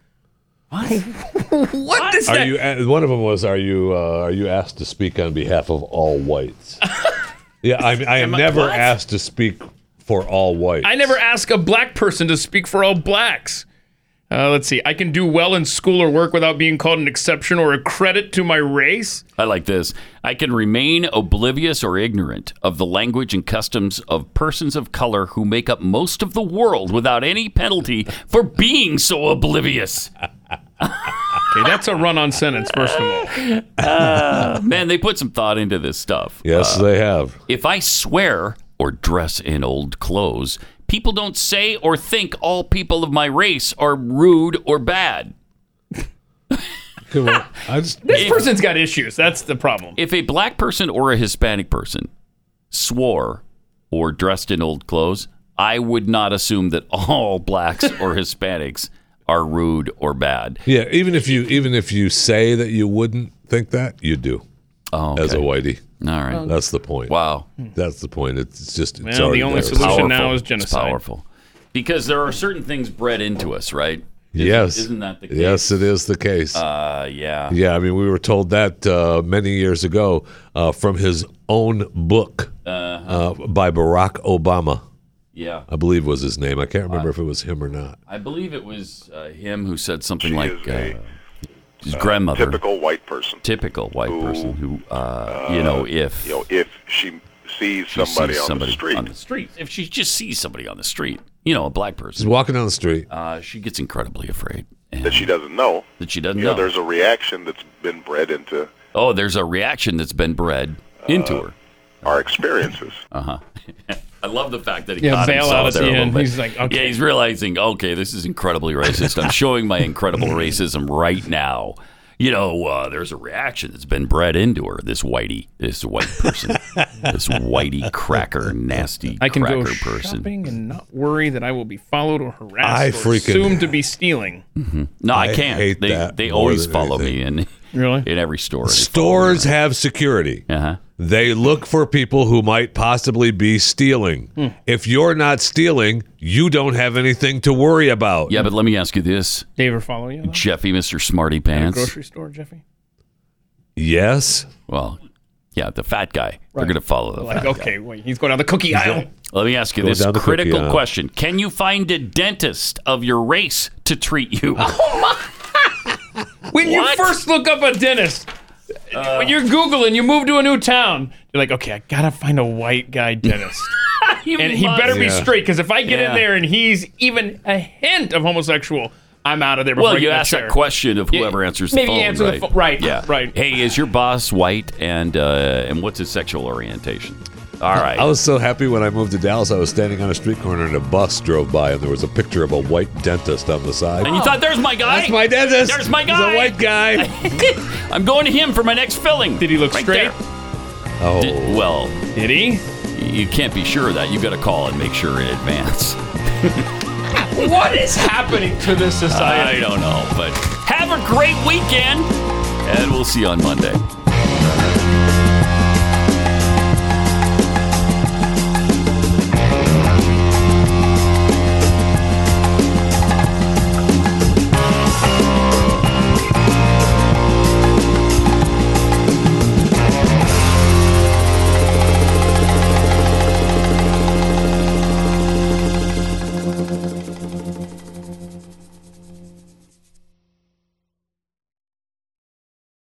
What
does
are
that-
you? uh, One of them was, "Are you? Uh, are you asked to speak on behalf of all whites?" yeah, I, I am
Am I-
never
what?
asked to speak for all whites.
I never ask a black person to speak for all blacks. Uh, let's see. I can do well in school or work without being called an exception or a credit to my race.
I like this. I can remain oblivious or ignorant of the language and customs of persons of color who make up most of the world without any penalty for being so oblivious.
okay, that's a run-on sentence. First of all,
man, they put some thought into this stuff.
Yes, they have.
If I swear or dress in old clothes, people don't say or think all people of my race are rude or bad.
Come on. I just,
this person's got issues. That's the problem.
If a black person or a Hispanic person swore or dressed in old clothes, I would not assume that all blacks or Hispanics are rude or bad.
Yeah, even if you even if you say that you wouldn't think that, you do.
Oh,
as a whitey.
All right,
that's the point.
Wow,
that's the point. It's just it's
Well, the
already
only
there.
solution
Powerful.
now is
It's
genocide.
powerful. Because there are certain things bred into us, right? Isn't-
Yes,
Isn't that the case?
Yes, it is the case.
Uh, yeah.
Yeah, I mean, we were told that uh, many years ago uh, from his own book
Uh-huh.
uh, by Barack Obama.
Yeah.
I believe was his name. I can't remember if it was him or not.
I believe it was uh, him who said something like uh, his grandmother.
typical white person.
Typical white person who, uh, you know, if
you know if she sees
she
somebody
sees
on
somebody
the street,
on the street, if she just sees somebody on the street, you know, a black person,
He's walking down the street.
uh, she gets incredibly afraid
that she doesn't know,
that she doesn't
you
know.
know, there's a reaction that's been bred into
oh, there's a reaction that's been bred into
Uh,
her.
our experiences.
Uh huh. I love the fact that he
Yeah,
caught
bail
himself
out at
there
the
a little
end.
bit.
He's like, okay.
yeah, he's realizing, okay, this is incredibly racist. I'm showing my incredible racism right now. You know, uh, there's a reaction that's been bred into her. This whitey, this white person, this whitey cracker, nasty
I can
cracker
go
person.
shopping and not worry that I will be followed or harassed
I
or
freaking-
assumed to be stealing.
No, I,
I
can't.
hate
they
that
they
more
always
than
follow me in
really
in every store. They
Stores have security.
Uh-huh.
They look for people who might possibly be stealing.
Hmm.
If you're not stealing, you don't have anything to worry about.
Yeah, but let me ask you this.
They ever follow you?
Jeffy, Mr. Smarty
At a
Pants.
grocery store, Jeffy.
Yes.
Well, yeah, the fat guy. They're
Right.
going to follow the
Like,
fat guy.
okay, wait, he's going down the cookie aisle.
Let me ask you
Go
this
down uh, the cookie
critical
aisle.
question. Can you find a dentist of your race to treat you?
Oh, When you first look up a dentist, when you're Googling, you move to a new town, you're like, okay, I gotta find a white guy dentist.
You
and he
must.
better be
Yeah.
straight, because if I get
Yeah.
in there and he's even a hint of homosexual, I'm out of there before
well,
I
you
get my
ask that
chair.
question of whoever answers the
maybe
phone.
answer the
right?
pho- right,
Yeah. Right. Hey, is your boss white and uh, and what's his sexual orientation? All right.
I
Oh.
was so happy when I moved to Dallas. I was standing on a street corner and a bus drove by, and there was a picture of a white dentist on the side.
and you thought, there's my guy. That's my
dentist.
There's my
He's a
guy.
white guy.
I'm going to him for my next filling. Did he look
straight?
Oh.
well.
Did he?
You can't be sure of that. You got to call and make sure in advance.
what is happening to this society?
I don't know, but have a great weekend, and we'll see you on Monday.